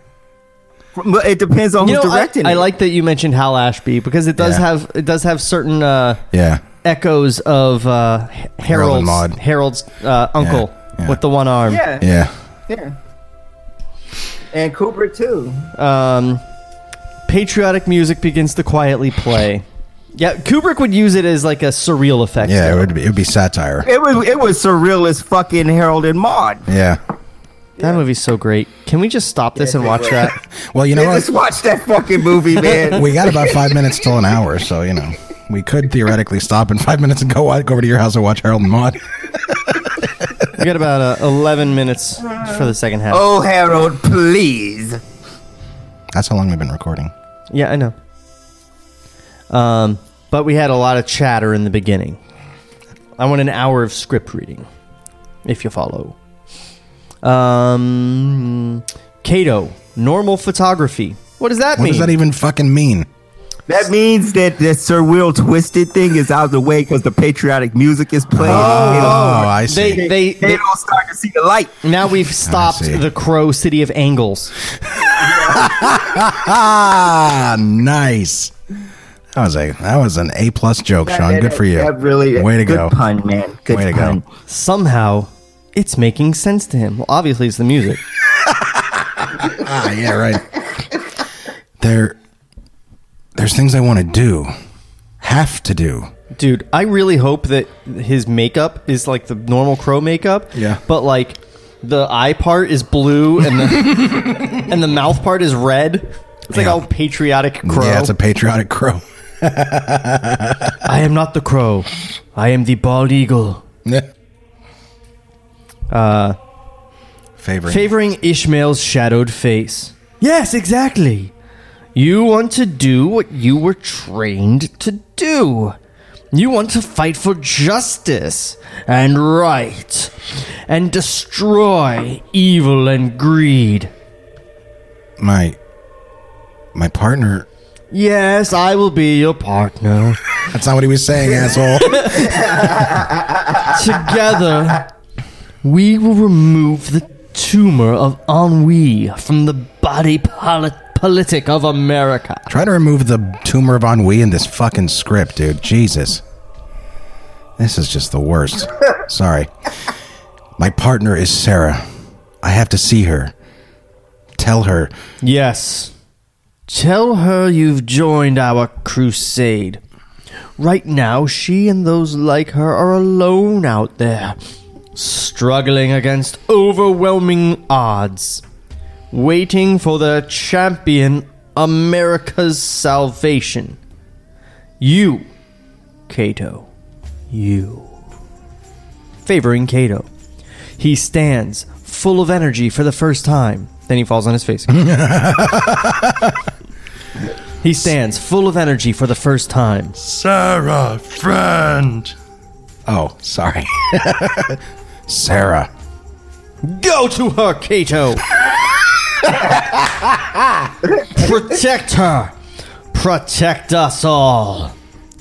Speaker 9: From- It depends on
Speaker 7: You know,
Speaker 9: who's
Speaker 7: I,
Speaker 9: directing.
Speaker 7: I
Speaker 9: it.
Speaker 7: like that you mentioned Hal Ashby because it does
Speaker 8: Yeah.
Speaker 7: have it does have certain uh,
Speaker 8: Yeah.
Speaker 7: echoes of uh, H-
Speaker 8: Harold and
Speaker 7: Harold's
Speaker 8: Maude.
Speaker 7: Harold's uh, uncle
Speaker 8: yeah.
Speaker 7: with the one arm.
Speaker 9: yeah,
Speaker 8: Yeah.
Speaker 9: yeah, and Kubrick too.
Speaker 7: um, patriotic music begins to quietly play. Yeah, Kubrick would use it as like a surreal effect.
Speaker 8: Yeah. It
Speaker 7: though.
Speaker 8: would be, it would be satire.
Speaker 9: It was it was surreal as fucking Harold and Maude.
Speaker 8: Yeah.
Speaker 7: that movie's so great. Can we just stop this and watch that?
Speaker 8: Well, you know
Speaker 9: Man, just
Speaker 8: what?
Speaker 9: watch that fucking movie, man.
Speaker 8: We got about five minutes till an hour, so you know. we could theoretically stop in five minutes and go wa- go over to your house and watch Harold and Maude.
Speaker 7: We got about uh, 11 minutes for the second half.
Speaker 9: Oh, Harold, please.
Speaker 8: That's how long we've been recording.
Speaker 7: Yeah, I know. Um, but we had a lot of chatter in the beginning. I want an hour of script reading, if you follow. Um, Kato, normal photography. What does that
Speaker 8: What
Speaker 7: mean?
Speaker 8: does that even fucking mean?
Speaker 9: That means that the Sir Will Twisted thing is out of the way because the patriotic music is playing.
Speaker 8: Oh, I see.
Speaker 7: They, they,
Speaker 9: They don't start to see the light.
Speaker 7: now we've stopped
Speaker 8: see.
Speaker 7: the Crow City of Angles.
Speaker 8: ah, nice. That was a that was an A plus joke, Sean. Good for you.
Speaker 9: That really,
Speaker 8: way to
Speaker 9: good
Speaker 8: go.
Speaker 9: pun, man. Good
Speaker 8: Way to
Speaker 9: pun.
Speaker 8: go.
Speaker 7: Somehow, it's making sense to him. Well, obviously, it's the music.
Speaker 8: Ah, yeah, right. there, there's things I want to do, have to do.
Speaker 7: Dude, I really hope that his makeup is like the normal crow makeup.
Speaker 8: Yeah.
Speaker 7: But like the eye part is blue and the and the mouth part is red. It's like
Speaker 8: Yeah.
Speaker 7: all patriotic crow.
Speaker 8: Yeah, it's a patriotic crow.
Speaker 7: I am not the crow. I am the bald eagle. Uh
Speaker 8: Favorite.
Speaker 7: favoring Ishmael's shadowed face. Yes, exactly. You want to do what you were trained to do. You want to fight for justice and right and destroy evil and greed.
Speaker 8: my my partner.
Speaker 7: Yes, I will be your partner.
Speaker 8: That's not what he was saying, asshole.
Speaker 7: Together, we will remove the tumor of ennui from the body polit- politic of America.
Speaker 8: Try to remove the tumor of ennui in this fucking script, dude. Jesus. This is just the worst. Sorry. My partner is Sarah. I have to see her. Tell her.
Speaker 7: Yes. Tell her you've joined our crusade. Right now, she and those like her are alone out there, struggling against overwhelming odds, waiting for their champion, America's salvation. You, Cato. You. Favoring Cato. He stands, full of energy for the first time. Then he falls on his face. he stands, full of energy for the first time.
Speaker 8: Sarah, friend. Oh, sorry. Sarah.
Speaker 7: Go to her, Cato! Protect her! Protect us all!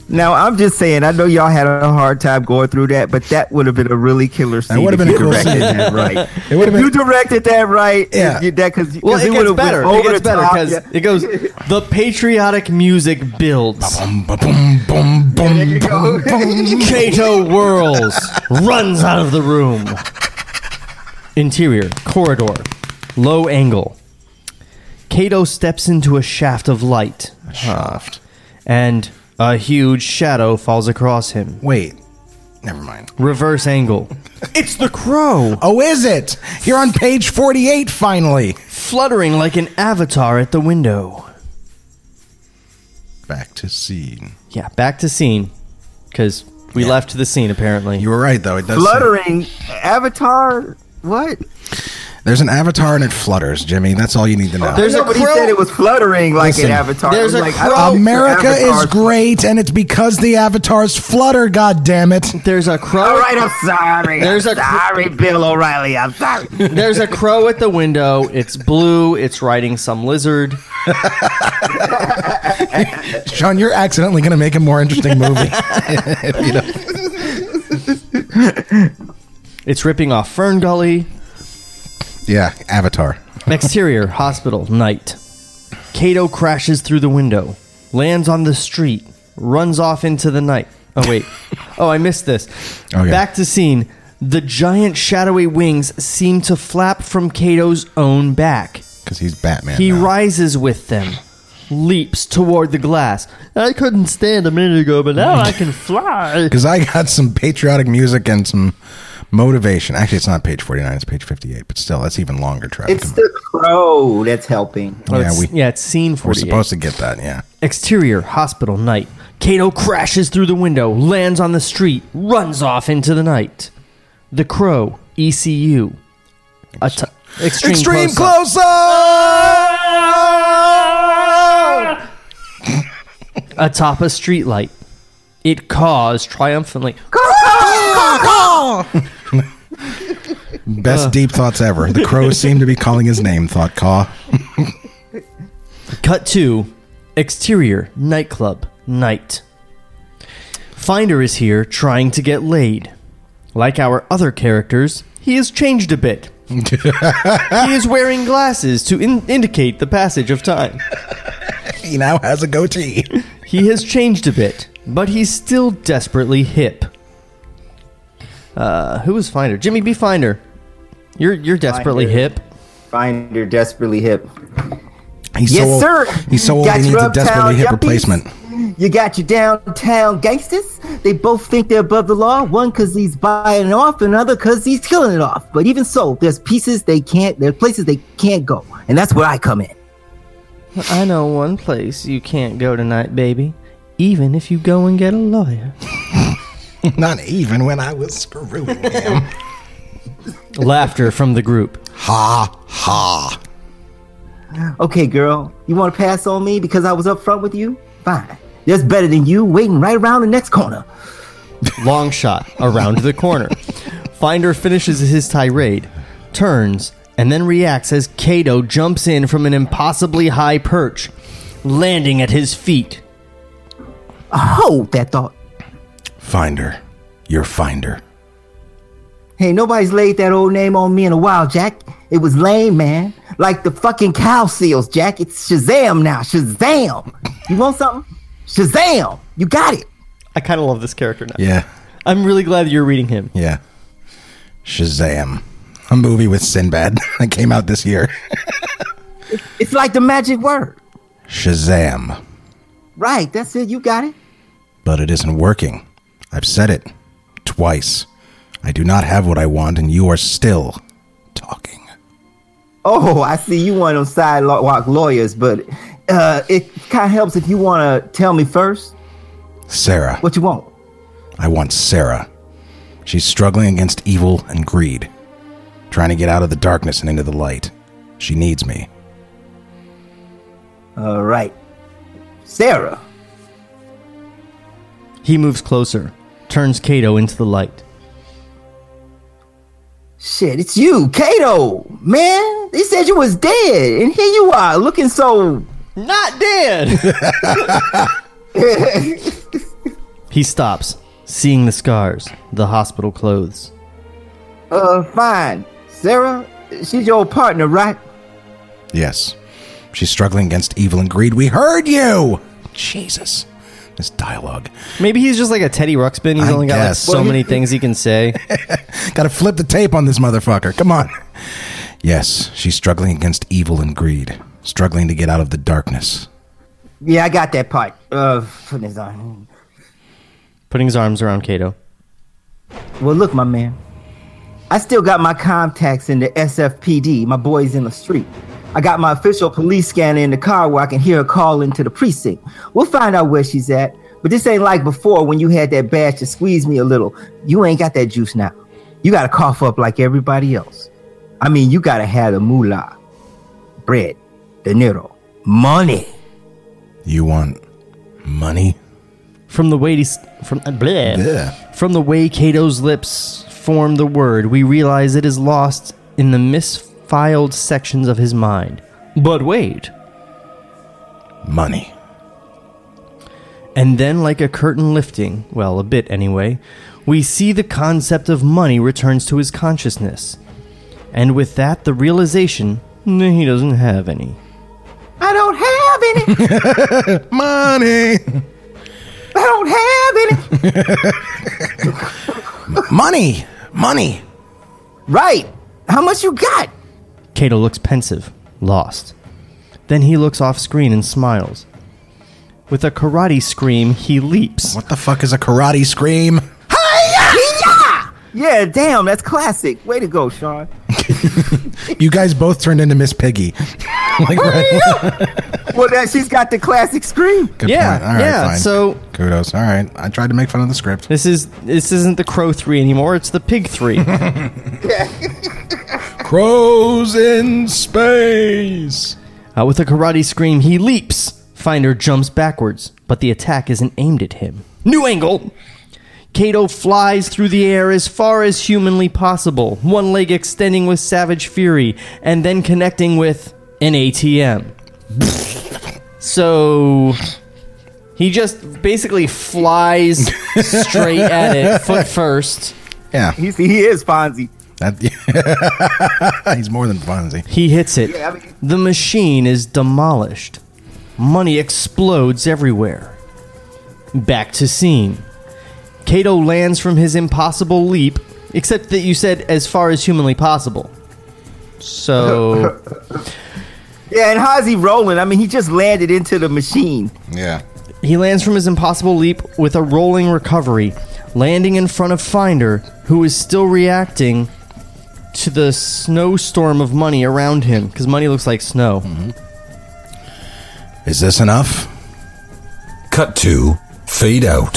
Speaker 9: Now, I'm just saying, I know y'all had a hard time going through that, but that would have been a really killer scene.
Speaker 8: would've
Speaker 9: if
Speaker 8: been
Speaker 9: you
Speaker 8: a cool
Speaker 9: directed
Speaker 8: scene.
Speaker 9: that right.
Speaker 8: It would have
Speaker 9: You
Speaker 8: been.
Speaker 9: directed that right.
Speaker 8: Yeah.
Speaker 9: You did that because
Speaker 7: Well, it
Speaker 9: it
Speaker 7: gets
Speaker 9: would've
Speaker 7: better.
Speaker 9: went
Speaker 7: It
Speaker 9: over
Speaker 7: gets
Speaker 9: the
Speaker 7: better
Speaker 9: top.
Speaker 7: because
Speaker 9: Yeah.
Speaker 7: it goes. The patriotic music builds.
Speaker 8: Boom, ba- boom, boom, boom, boom, boom.
Speaker 7: Cato whirls, runs out of the room. Interior, corridor, low angle. Cato steps into a shaft of light,
Speaker 8: Shaft.
Speaker 7: and a huge shadow falls across him.
Speaker 8: Wait. Never mind.
Speaker 7: Reverse angle. It's the crow,
Speaker 8: Oh, is it? You're on page 48 finally.
Speaker 7: fluttering like an avatar at the window.
Speaker 8: Back to scene.
Speaker 7: Yeah, back to scene, because we left the scene apparently.
Speaker 8: You were right, though. It does. say-
Speaker 9: Fluttering Avatar. What?
Speaker 8: There's an avatar and it flutters, Jimmy. That's all you need to know.
Speaker 7: There's a
Speaker 9: Nobody
Speaker 7: crow-
Speaker 9: said it was fluttering like
Speaker 8: Listen,
Speaker 9: an Avatar.
Speaker 7: there's
Speaker 9: It was
Speaker 7: a
Speaker 9: like, I don't
Speaker 7: crow-
Speaker 9: think
Speaker 8: America
Speaker 9: avatars
Speaker 8: is great, and it's because the avatars flutter. God damn it!
Speaker 7: There's a crow.
Speaker 9: All right, I'm sorry.
Speaker 7: There's
Speaker 9: I'm
Speaker 7: a cr-
Speaker 9: sorry, Bill O'Reilly. I'm sorry.
Speaker 7: There's a crow at the window. It's blue. It's riding some lizard.
Speaker 8: Sean, you're accidentally going to make a more interesting movie. If you don't-
Speaker 7: It's ripping off Fern Gully.
Speaker 8: yeah, Avatar.
Speaker 7: Exterior, hospital, night. Kato crashes through the window, lands on the street, runs off into the night. Oh, wait. Oh, I missed this.
Speaker 8: Okay.
Speaker 7: Back to scene. The giant shadowy wings seem to flap from Kato's own back.
Speaker 8: Because he's Batman.
Speaker 7: He
Speaker 8: now.
Speaker 7: rises with them, leaps toward the glass. I couldn't stand a minute ago, but now I can fly.
Speaker 8: Because I got some patriotic music and some motivation. Actually, it's not page 49, it's page 58, but still, that's even longer, Trevor.
Speaker 9: It's the crow that's helping.
Speaker 7: Oh,
Speaker 8: yeah,
Speaker 7: it's-
Speaker 8: we,
Speaker 7: yeah, it's scene
Speaker 8: we're
Speaker 7: 48.
Speaker 8: supposed to get that, yeah.
Speaker 7: Exterior, hospital, night. Kato crashes through the window, lands on the street, runs off into the night. The Crow, ECU. A t- extreme,
Speaker 8: Extreme
Speaker 7: close-up. atop a streetlight. It caws triumphantly.
Speaker 9: Uh.
Speaker 8: Best deep thoughts ever. The crow seemed to be calling his name, thought Caw.
Speaker 7: Cut to exterior nightclub night. Finder is here trying to get laid. Like our other characters, he has changed a bit. he is wearing glasses to in- indicate the passage of time.
Speaker 8: he now has a goatee.
Speaker 7: he has changed a bit, but he's still desperately hip. Uh, who is Finder? Jimmy B. Finder. You're you're desperately
Speaker 9: Finder.
Speaker 7: hip.
Speaker 9: Finder desperately hip.
Speaker 8: He's
Speaker 9: yes,
Speaker 8: so old,
Speaker 9: sir.
Speaker 8: He's so old
Speaker 9: Got
Speaker 8: he
Speaker 9: your
Speaker 8: needs a
Speaker 9: uptown
Speaker 8: desperately hip
Speaker 9: yuppies.
Speaker 8: replacement.
Speaker 9: You got your downtown gangsters. They both think they're above the law. One because he's buying it off, another because he's killing it off. But even so, there's pieces they can't. There's places they can't go, and that's where I come in.
Speaker 7: I know one place you can't go tonight, baby. Even if you go and get a lawyer.
Speaker 8: Not even when I was screwing him.
Speaker 7: Laughter from the group.
Speaker 8: Ha ha.
Speaker 9: Okay, girl, you want to pass on me because I was up front with you? Fine. That's better than you waiting right around the next corner.
Speaker 7: Long shot around the corner. Finder finishes his tirade, turns, and then reacts as Kato jumps in from an impossibly high perch, landing at his feet.
Speaker 9: Hold that thought.
Speaker 8: Finder. Your finder.
Speaker 9: Hey, nobody's laid that old name on me in a while, Jack. It was lame, man. Like the fucking cow seals, Jack. It's Shazam now. Shazam. You want something? Shazam. You got it.
Speaker 7: I kind of love this character now.
Speaker 8: Yeah.
Speaker 7: I'm really glad you're reading him.
Speaker 8: Yeah. Shazam. A movie with Sinbad that came out this year.
Speaker 9: It's like the magic word.
Speaker 8: Shazam.
Speaker 9: Right. That's it. You got it.
Speaker 8: But it isn't working. I've said it twice. I do not have what I want, and you are still
Speaker 9: Oh, I see. You one of them sidewalk lawyers, but uh, it kind of helps if you want to tell me first
Speaker 8: Sarah.
Speaker 9: what you want.
Speaker 8: I want Sarah. She's struggling against evil and greed, trying to get out of the darkness and into the light. She needs me.
Speaker 9: All right. Sarah.
Speaker 7: He moves closer, turns Kato into the light.
Speaker 9: Shit, it's you, Kato. Man, they said you was dead, and here you are looking so
Speaker 7: not dead. He stops, seeing the scars, the hospital clothes.
Speaker 9: uh, fine. Sarah, she's your partner, right?
Speaker 8: Yes. She's struggling against evil and greed. We heard you! Jesus. This dialogue.
Speaker 7: Maybe he's just like a Teddy Ruxpin. He's
Speaker 8: I
Speaker 7: only got like
Speaker 8: guess.
Speaker 7: so
Speaker 8: Well, he-
Speaker 7: many things he can say.
Speaker 8: Gotta flip the tape on this motherfucker. Come on. Yes, she's struggling against evil and greed, struggling to get out of the darkness.
Speaker 9: Yeah, I got that part. Uh, putting his on.
Speaker 7: Putting his arms around Kato.
Speaker 9: Well, look, my man. I still got my contacts in the SFPD, my boys in the street. I got my official police scanner in the car where I can hear her call into the precinct. We'll find out where she's at, but this ain't like before when you had that badge to squeeze me a little. You ain't got that juice now. You gotta cough up like everybody else. I mean, you gotta have the moolah, bread, dinero, money.
Speaker 8: You want money?
Speaker 7: From the way he's, from uh, bleh. from the way Kato's lips form the word, we realize it is lost in the misfiled sections of his mind. But wait,
Speaker 8: Money.
Speaker 7: And then, like a curtain lifting, well, a bit anyway, we see the concept of money returns to his consciousness. And with that, the realization "Nah, he doesn't have any.
Speaker 9: I don't have any.
Speaker 8: money!
Speaker 9: I don't have any.
Speaker 8: Money! Money!
Speaker 9: Right. How much you got?
Speaker 7: Kato looks pensive, lost. Then he looks off screen and smiles. With a karate scream, he leaps.
Speaker 8: What the fuck is a karate scream?
Speaker 9: Yeah, damn, that's classic. Way to go, Sean.
Speaker 8: you guys both turned into Miss Piggy. like, right?
Speaker 9: well, that, she's got the classic scream.
Speaker 8: Good
Speaker 7: yeah,
Speaker 8: point. All right,
Speaker 7: yeah.
Speaker 8: fine.
Speaker 7: So
Speaker 8: kudos. All right, I tried to make fun of the script.
Speaker 7: this is this isn't the Crow three anymore. It's the Pig three.
Speaker 8: Crows in space.
Speaker 7: Uh, with a karate scream, he leaps. Finder jumps backwards, but the attack isn't aimed at him. New angle! Kato flies through the air as far as humanly possible, one leg extending with savage fury, and then connecting with an ATM. So. He just basically flies straight at it, foot first.
Speaker 8: Yeah,
Speaker 9: He's, he is Fonzie.
Speaker 8: That- he's more than Fonzie.
Speaker 7: He hits it.
Speaker 9: Yeah, I mean-
Speaker 7: the machine is demolished. Money explodes everywhere. Back to scene. Kato lands from his impossible leap, except that you said as far as humanly possible. So,
Speaker 9: Yeah, and how's he rolling? I mean, he just landed into the machine.
Speaker 8: Yeah,
Speaker 7: he lands from his impossible leap with a rolling recovery, landing in front of Finder, who is still reacting to the snowstorm of money around him, because money looks like snow.
Speaker 9: Mm-hmm.
Speaker 8: is this enough?
Speaker 5: Cut to fade out.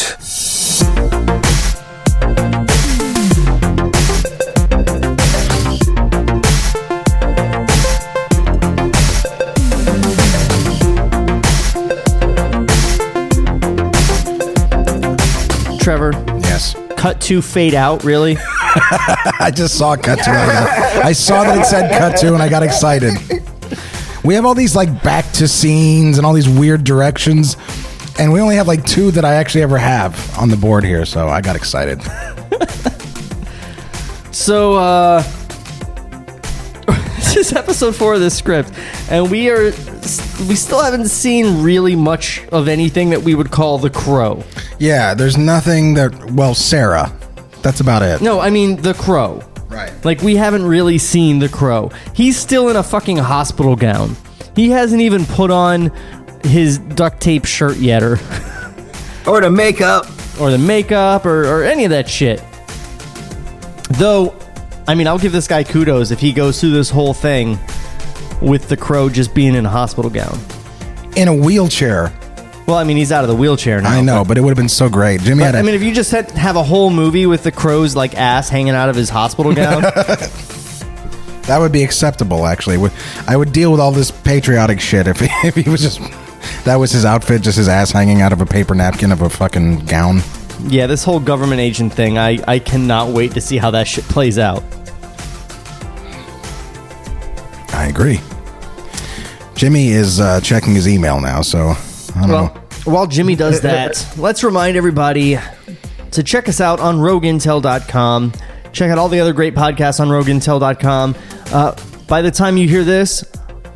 Speaker 7: Trevor,
Speaker 8: Yes.
Speaker 7: cut to fade out really
Speaker 8: I just saw cut to. I I saw that it said cut to, and I got excited. We have all these like back to scenes and all these weird directions, and we only have like two that I actually ever have on the board here. So I got excited.
Speaker 7: so uh this is episode four of this script and we are we still haven't seen really much of anything that we would call the crow
Speaker 8: Yeah, there's nothing that. Well, Sarah, that's about it.
Speaker 7: no i mean the crow
Speaker 8: Right.
Speaker 7: like we haven't really seen the crow he's still in a fucking hospital gown he hasn't even put on his duct tape shirt yet or
Speaker 9: Or the makeup.
Speaker 7: or the makeup or, or any of that shit. Though, I mean, I'll give this guy kudos if he goes through this whole thing with the crow just being in a hospital gown.
Speaker 8: In a wheelchair.
Speaker 7: Well, I mean, he's out of the wheelchair now.
Speaker 8: I know, but it would have been so great. Jimmy
Speaker 7: But,
Speaker 8: had a
Speaker 7: I mean, if you just had, have a whole movie with the crow's like ass hanging out of his hospital gown,
Speaker 8: That would be acceptable, actually. Would- I would deal with all this patriotic shit if, if he was just. That was his outfit, just his ass hanging out of a paper napkin of a fucking gown.
Speaker 7: yeah, this whole government agent thing, I I cannot wait to see how that shit plays out.
Speaker 8: I agree. Jimmy is uh, checking his email now, so I don't
Speaker 7: Well,
Speaker 8: know.
Speaker 7: while Jimmy does that, let's remind everybody to check us out on rogueintel.com. Check out all the other great podcasts on rogueintel.com. Uh, by the time you hear this,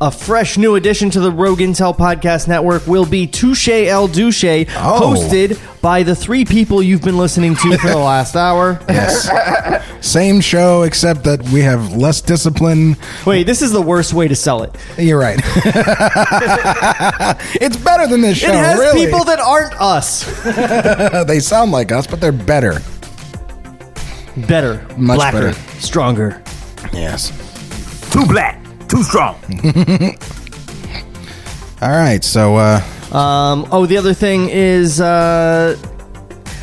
Speaker 7: a fresh new addition to the Rogue Intel Podcast Network will be Touche El Douche,
Speaker 8: Oh.
Speaker 7: hosted by the three people you've been listening to for the last hour.
Speaker 8: Yes. Same show, except that we have less discipline.
Speaker 7: Wait, this is the worst way to sell it.
Speaker 8: You're right. it's better than this show.
Speaker 7: It has
Speaker 8: Oh, really.
Speaker 7: people that aren't us.
Speaker 8: they sound like us, but they're better.
Speaker 7: Better,
Speaker 8: Much
Speaker 7: blacker,
Speaker 8: better.
Speaker 7: stronger.
Speaker 8: Yes.
Speaker 9: Too black. Too strong.
Speaker 8: All right, so uh,
Speaker 7: Um, oh, the other thing is, uh,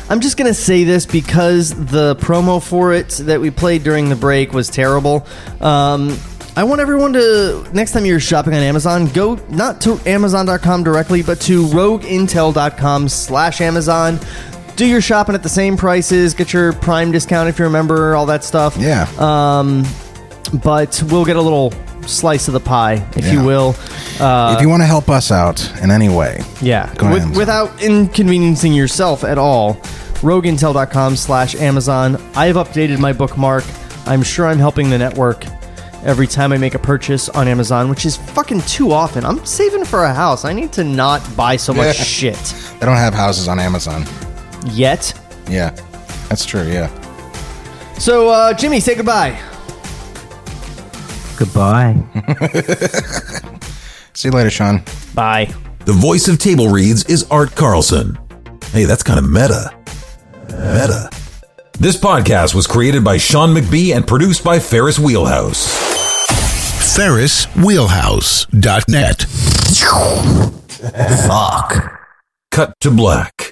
Speaker 7: I'm just gonna say this because the promo for it that we played during the break was terrible. Um, I want everyone to next time you're shopping on Amazon, go not to Amazon.com directly, but to RogueIntel.com/slash/Amazon. Do your shopping at the same prices. Get your Prime discount if you're a member. All that stuff
Speaker 8: yeah.
Speaker 7: Uh, but we'll get a little slice of the pie, if you
Speaker 8: Yeah.
Speaker 7: will. Uh,
Speaker 8: if you want to help us out in any way,
Speaker 7: yeah,
Speaker 8: Go to
Speaker 7: With,
Speaker 8: Amazon.
Speaker 7: without inconveniencing yourself at all. Rogueintel.com slash Amazon. I've updated my bookmark. I'm sure I'm helping the network every time I make a purchase on Amazon, which is fucking too often. I'm saving for a house. I need to not buy so much
Speaker 8: Yeah.
Speaker 7: shit
Speaker 8: they don't have houses on Amazon.
Speaker 7: yet.
Speaker 8: Yeah, that's true. Yeah.
Speaker 7: So, uh, Jimmy, say goodbye.
Speaker 9: Goodbye.
Speaker 8: See you later, Sean.
Speaker 7: Bye.
Speaker 5: The voice of Table Reads is Art Carlson. Hey, that's kind of meta. Meta. This podcast was created by Sean McBee and produced by Ferris Wheelhouse.
Speaker 15: FerrisWheelhouse.net.
Speaker 5: Fuck. Cut to black.